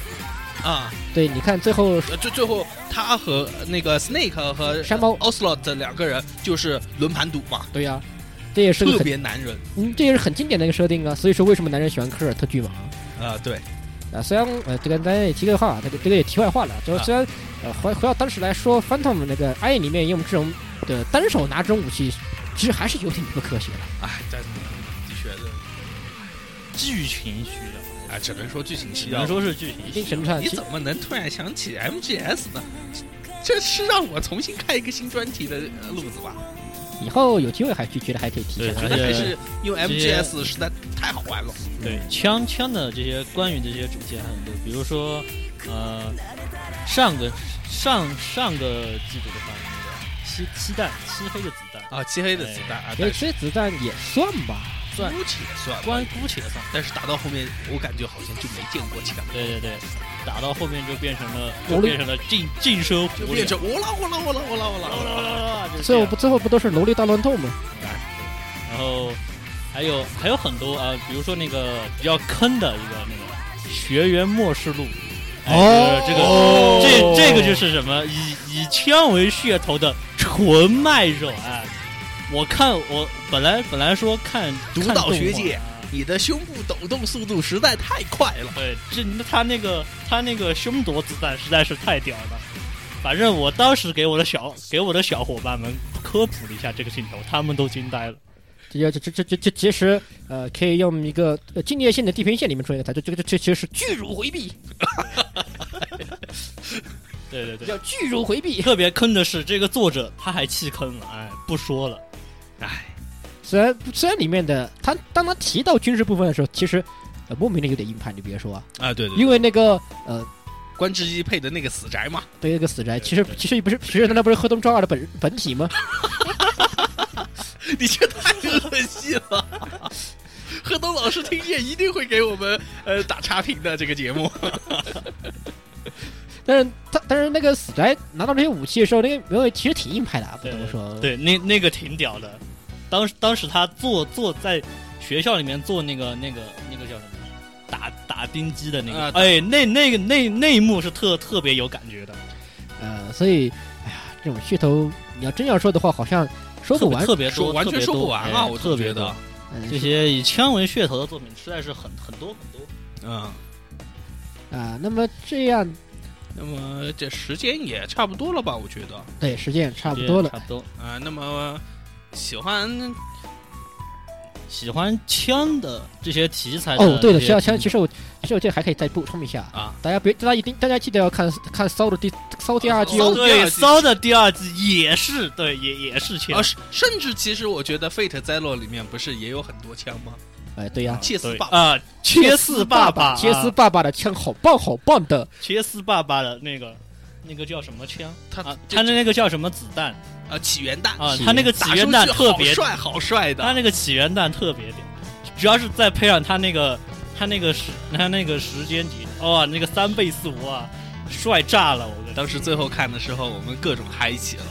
Speaker 2: 啊。
Speaker 1: 对，你看最后
Speaker 2: 呃，最最后他和那个 Snake 和
Speaker 1: 山猫
Speaker 2: Ocelot 这两个人就是轮盘赌嘛，
Speaker 1: 对呀、这也是个
Speaker 2: 特
Speaker 1: 很
Speaker 2: 别男人
Speaker 1: 嗯，这也是很经典的一个设定啊。所以说，为什么男人喜欢科尔特巨蟒
Speaker 2: 啊，对，
Speaker 1: 啊？虽然呃，这个咱也提个话，这个这个也题外话了。就是
Speaker 2: 啊
Speaker 1: 虽然呃，回回到当时来说，Phantom 那个暗影里面用这种的单手拿这种武器，其实还是有点不科学的。
Speaker 2: 哎，但的确的，
Speaker 3: 剧情需要，
Speaker 2: 哎，只能说剧情
Speaker 3: 只
Speaker 2: 需要
Speaker 3: 能。说是剧
Speaker 1: 一
Speaker 3: 情
Speaker 1: 定程度。
Speaker 3: 需要
Speaker 1: 上，
Speaker 2: 你
Speaker 1: 其
Speaker 2: 怎么能突然想起 MGS 呢？这是让我重新开一个新专题的呃路子吧？
Speaker 1: 以后有机会还去觉得还可以提一
Speaker 3: 对
Speaker 1: 下
Speaker 2: 觉。得还是用
Speaker 3: 直接
Speaker 2: MGS 实在太好玩了。
Speaker 3: 对枪枪的这些关于这些主题还很多，比如说呃上个上上个季度的话，那个吸吸弹吸黑的子弹，
Speaker 2: 啊，漆黑的子弹啊，
Speaker 1: 其
Speaker 2: 但
Speaker 1: 实
Speaker 2: 是
Speaker 1: 这子弹哎也算吧，
Speaker 3: 算
Speaker 2: 姑且算吧，
Speaker 3: 关姑且算。
Speaker 2: 但是打到后面，我感觉好像就没见过枪，
Speaker 3: 对对对，打到后面就变成了
Speaker 1: 我
Speaker 3: 就变成了近近身
Speaker 2: 就
Speaker 3: 火
Speaker 2: 变成我啦我啦我啦我啦我啦我啦我啦。
Speaker 1: 最后不最后不都是萝莉大乱斗吗？
Speaker 3: 然后还有还有很多啊，比如说那个比较坑的一个那个学员末世录。哎
Speaker 1: 哦
Speaker 3: 这个这个这这个就是什么以以枪为噱头的纯卖肉啊！我看我本来本来说看
Speaker 2: 独
Speaker 3: 看
Speaker 2: 岛
Speaker 3: 动
Speaker 2: 学
Speaker 3: 画
Speaker 2: 姐你的胸部抖动速度实在太快了，
Speaker 3: 对，这他那个他那个凶夺子弹实在是太屌了。反正我当时给我的小给我的小伙伴们科普了一下这个镜头，他们都惊呆了。
Speaker 1: 这就这这这这这其实呃，可以用一个呃境界线的地平线里面出现一个词，就这个这这其实是巨乳回避，
Speaker 3: 对对对，
Speaker 1: 叫巨乳回避。
Speaker 3: 特别坑的是这个作者他还弃坑了，哎，不说了。
Speaker 2: 哎，
Speaker 1: 虽然虽然里面的他当他提到军事部分的时候，其实呃莫名的有点硬派，你别说啊，
Speaker 2: 啊对对
Speaker 3: 嗯
Speaker 1: 因为那个呃。
Speaker 2: 关之一配的那个死宅嘛，
Speaker 1: 对那个死宅，
Speaker 3: 对
Speaker 1: 其实
Speaker 3: 对
Speaker 1: 其实不是，其实难道不是河东昭二的本本体吗？
Speaker 2: 你这太恶心了。 贺东老师听见一定会给我们呃打差评的这个节目。
Speaker 1: 但是他但是那个死宅拿到这些武器的时候，那个没有，其实挺硬派的啊，不得不说。
Speaker 3: 对，那那个挺屌的。当时当时他做做在学校里面做那个那个那个叫什么打打钉机的那个，
Speaker 2: 啊打
Speaker 3: 哎，那那个那那一幕是特特别有感觉的，
Speaker 1: 呃，所以哎呀，这种噱头，你要真要说的话，好像说
Speaker 3: 特
Speaker 1: 不
Speaker 3: 别
Speaker 1: 完。
Speaker 3: 特别
Speaker 2: 说
Speaker 3: 多，
Speaker 2: 完
Speaker 3: 特
Speaker 2: 全
Speaker 3: 别
Speaker 2: 说不
Speaker 3: 多
Speaker 2: 完
Speaker 3: 哎
Speaker 2: 啊，我
Speaker 3: 特
Speaker 2: 特
Speaker 3: 别
Speaker 2: 别
Speaker 3: 多
Speaker 2: 的，
Speaker 1: 嗯
Speaker 3: 这些以枪为噱头的作品实在是很很多很多。
Speaker 2: 嗯。
Speaker 1: 啊、那么这样
Speaker 2: 那么这时间也差不多了吧？我觉得
Speaker 1: 对时间也差不多了
Speaker 3: 差。不多。
Speaker 2: 啊、那么喜欢
Speaker 3: 喜欢枪的这些题材的
Speaker 1: 哦，对了，其
Speaker 3: 这些
Speaker 1: 实其实其
Speaker 3: 品
Speaker 1: 实我其实我这还可以再补充一下，
Speaker 2: 啊，
Speaker 1: 大家别大家一定大家记得要看看骚的第骚第二季
Speaker 3: 种
Speaker 1: 哦
Speaker 2: 骚。第
Speaker 3: 对
Speaker 2: 二季
Speaker 3: 啊骚的第二季也是对也也是枪
Speaker 2: 啊，，甚甚至其实我觉得《Fate Zero》里面不是也有很多枪吗？
Speaker 1: 哎，对呀、
Speaker 2: 切
Speaker 3: 对
Speaker 2: 死吧！
Speaker 3: 啊，切四爸爸，
Speaker 1: 切
Speaker 3: 啊
Speaker 1: 斯爸爸的枪好棒好棒的，
Speaker 3: 切斯爸爸的那个那个叫什么枪？
Speaker 2: 他
Speaker 3: 啊，
Speaker 2: 这
Speaker 3: 他的那个叫什么子弹
Speaker 2: 啊，起源弹
Speaker 3: 啊？
Speaker 1: 起
Speaker 3: 他那个起
Speaker 2: 打
Speaker 3: 源
Speaker 2: 出
Speaker 3: 弹
Speaker 2: 去
Speaker 3: 特
Speaker 2: 好
Speaker 3: 别，
Speaker 2: 帅，好帅
Speaker 3: 他
Speaker 2: 的。
Speaker 3: 那个起源弹特别屌，主要是再配上他那个他那个时他那个时间节，哇，那个三倍速啊，帅炸了！我跟
Speaker 2: 当时最后看的时候，我们各种嗨起了。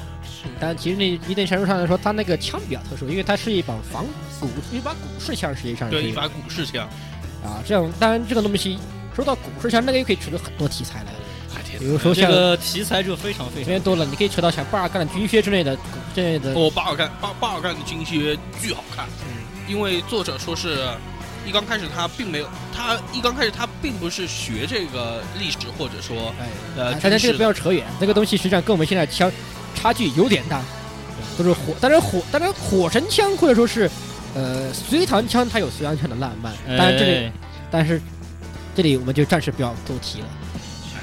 Speaker 1: 但其实那一定程度上来说，它那个枪比较特殊，因为它是一把仿古一把古式枪，实际上是
Speaker 2: 对，一把古式枪，
Speaker 1: 啊，这样当然这个东西说到古式枪，那个又可以扯出很多题材来，
Speaker 2: 哎天
Speaker 1: 比
Speaker 2: 哪！
Speaker 1: 如说
Speaker 3: 这
Speaker 1: 像
Speaker 3: 个题材就非常非
Speaker 1: 里
Speaker 3: 常
Speaker 1: 面多了，你可以扯到像巴尔干的军靴之类的之类的。
Speaker 2: 哦我巴尔干巴巴尔干的军靴巨好看，
Speaker 3: 嗯
Speaker 2: 因为作者说是。一刚开始他并没有，他一刚开始他并不是学这个历史，或者说
Speaker 1: 哎，
Speaker 2: 呃
Speaker 3: 啊
Speaker 1: 大家
Speaker 2: 军
Speaker 1: 这
Speaker 2: 事
Speaker 1: 个不要扯远，这个东西实际上跟我们现在枪差距有点大，都是火，当然火，当然火神枪或者说是呃隋唐枪，它有隋唐枪的浪漫，当然这里，
Speaker 3: 哎
Speaker 1: 但是这里我们就暂时不要多提了。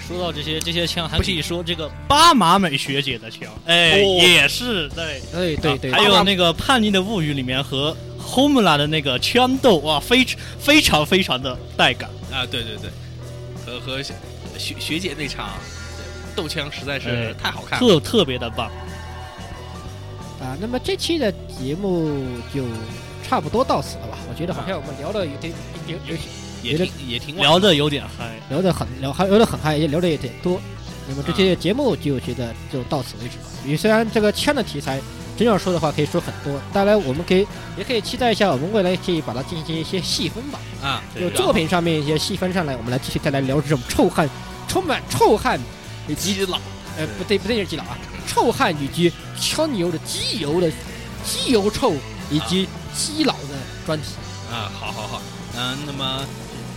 Speaker 3: 说到这些这些枪，还
Speaker 2: 不
Speaker 3: 可以说这个巴马美学姐的枪，哎，
Speaker 2: 哦
Speaker 3: 也是对。
Speaker 1: 对对对，
Speaker 3: 还有那个《叛逆的物语》里面和 Homela 的那个枪斗，哇，非非常非常的带感。
Speaker 2: 啊，对对对，和和学学学姐那场斗枪实在
Speaker 3: 哎
Speaker 2: 是太好看了。
Speaker 3: 特特别的棒。
Speaker 1: 啊，那么这期的节目就差不多到此了吧？我觉得好像我们聊的有点有有
Speaker 2: 也挺也挺晚
Speaker 3: 聊的有点嗨，
Speaker 1: 聊的很聊还聊的很嗨，也聊的有点多。那么这期的节目就觉得就到此为止吧。因为虽然这个枪的题材真要说的话可以说很多，当然我们可以也可以期待一下，我们未来可以把它进行一些细分吧，
Speaker 2: 啊，
Speaker 1: 就
Speaker 3: 对
Speaker 1: 作品上面一些细分上来，我们来继续再来聊这种臭汉，充满臭汉以及
Speaker 2: 基佬
Speaker 1: 呃不对不对是基佬啊，臭汉以及枪油的机油的机油臭以及基佬的专题。
Speaker 2: 啊，好好好，嗯，那么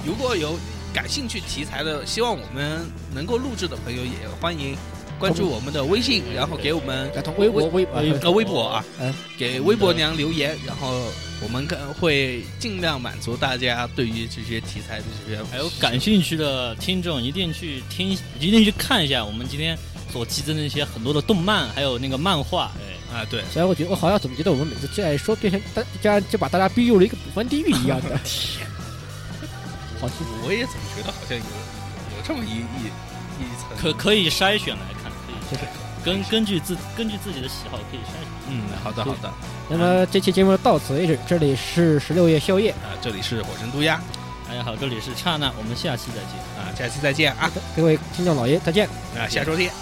Speaker 2: 如果有感兴趣题材的，希望我们能够录制的朋友也欢迎关注我们的微信，然后给我们
Speaker 1: 改通微博、微
Speaker 3: 微
Speaker 1: 博
Speaker 2: 呃微博啊
Speaker 1: 哎，
Speaker 2: 给微博娘留言，然后我们可会尽量满足大家对于这些题材的这些
Speaker 3: 还有感兴趣的听众一定去听，一定去看一下我们今天所提的那些很多的动漫，还有那个漫画。哎，
Speaker 2: 啊，对，
Speaker 1: 所以我觉得，我好像总觉得我们每次这样说，变成大家就把大家逼入了一个捕风地狱一样的。好奇
Speaker 2: 我也总觉得好像有有这么一一一层，
Speaker 3: 可可以筛选来看，可以筛选根根据自根据自己的喜好可以筛选。
Speaker 2: 嗯，好的好的，
Speaker 1: 那么这期节目到此为止，这里是十六夜宵夜，
Speaker 2: 啊，这里是火神渡鸦，
Speaker 3: 大哎家好，这里是刹那，我们下期再见。
Speaker 2: 啊，下期再见啊，
Speaker 1: 各位听众老爷再见。
Speaker 2: 啊，下周见，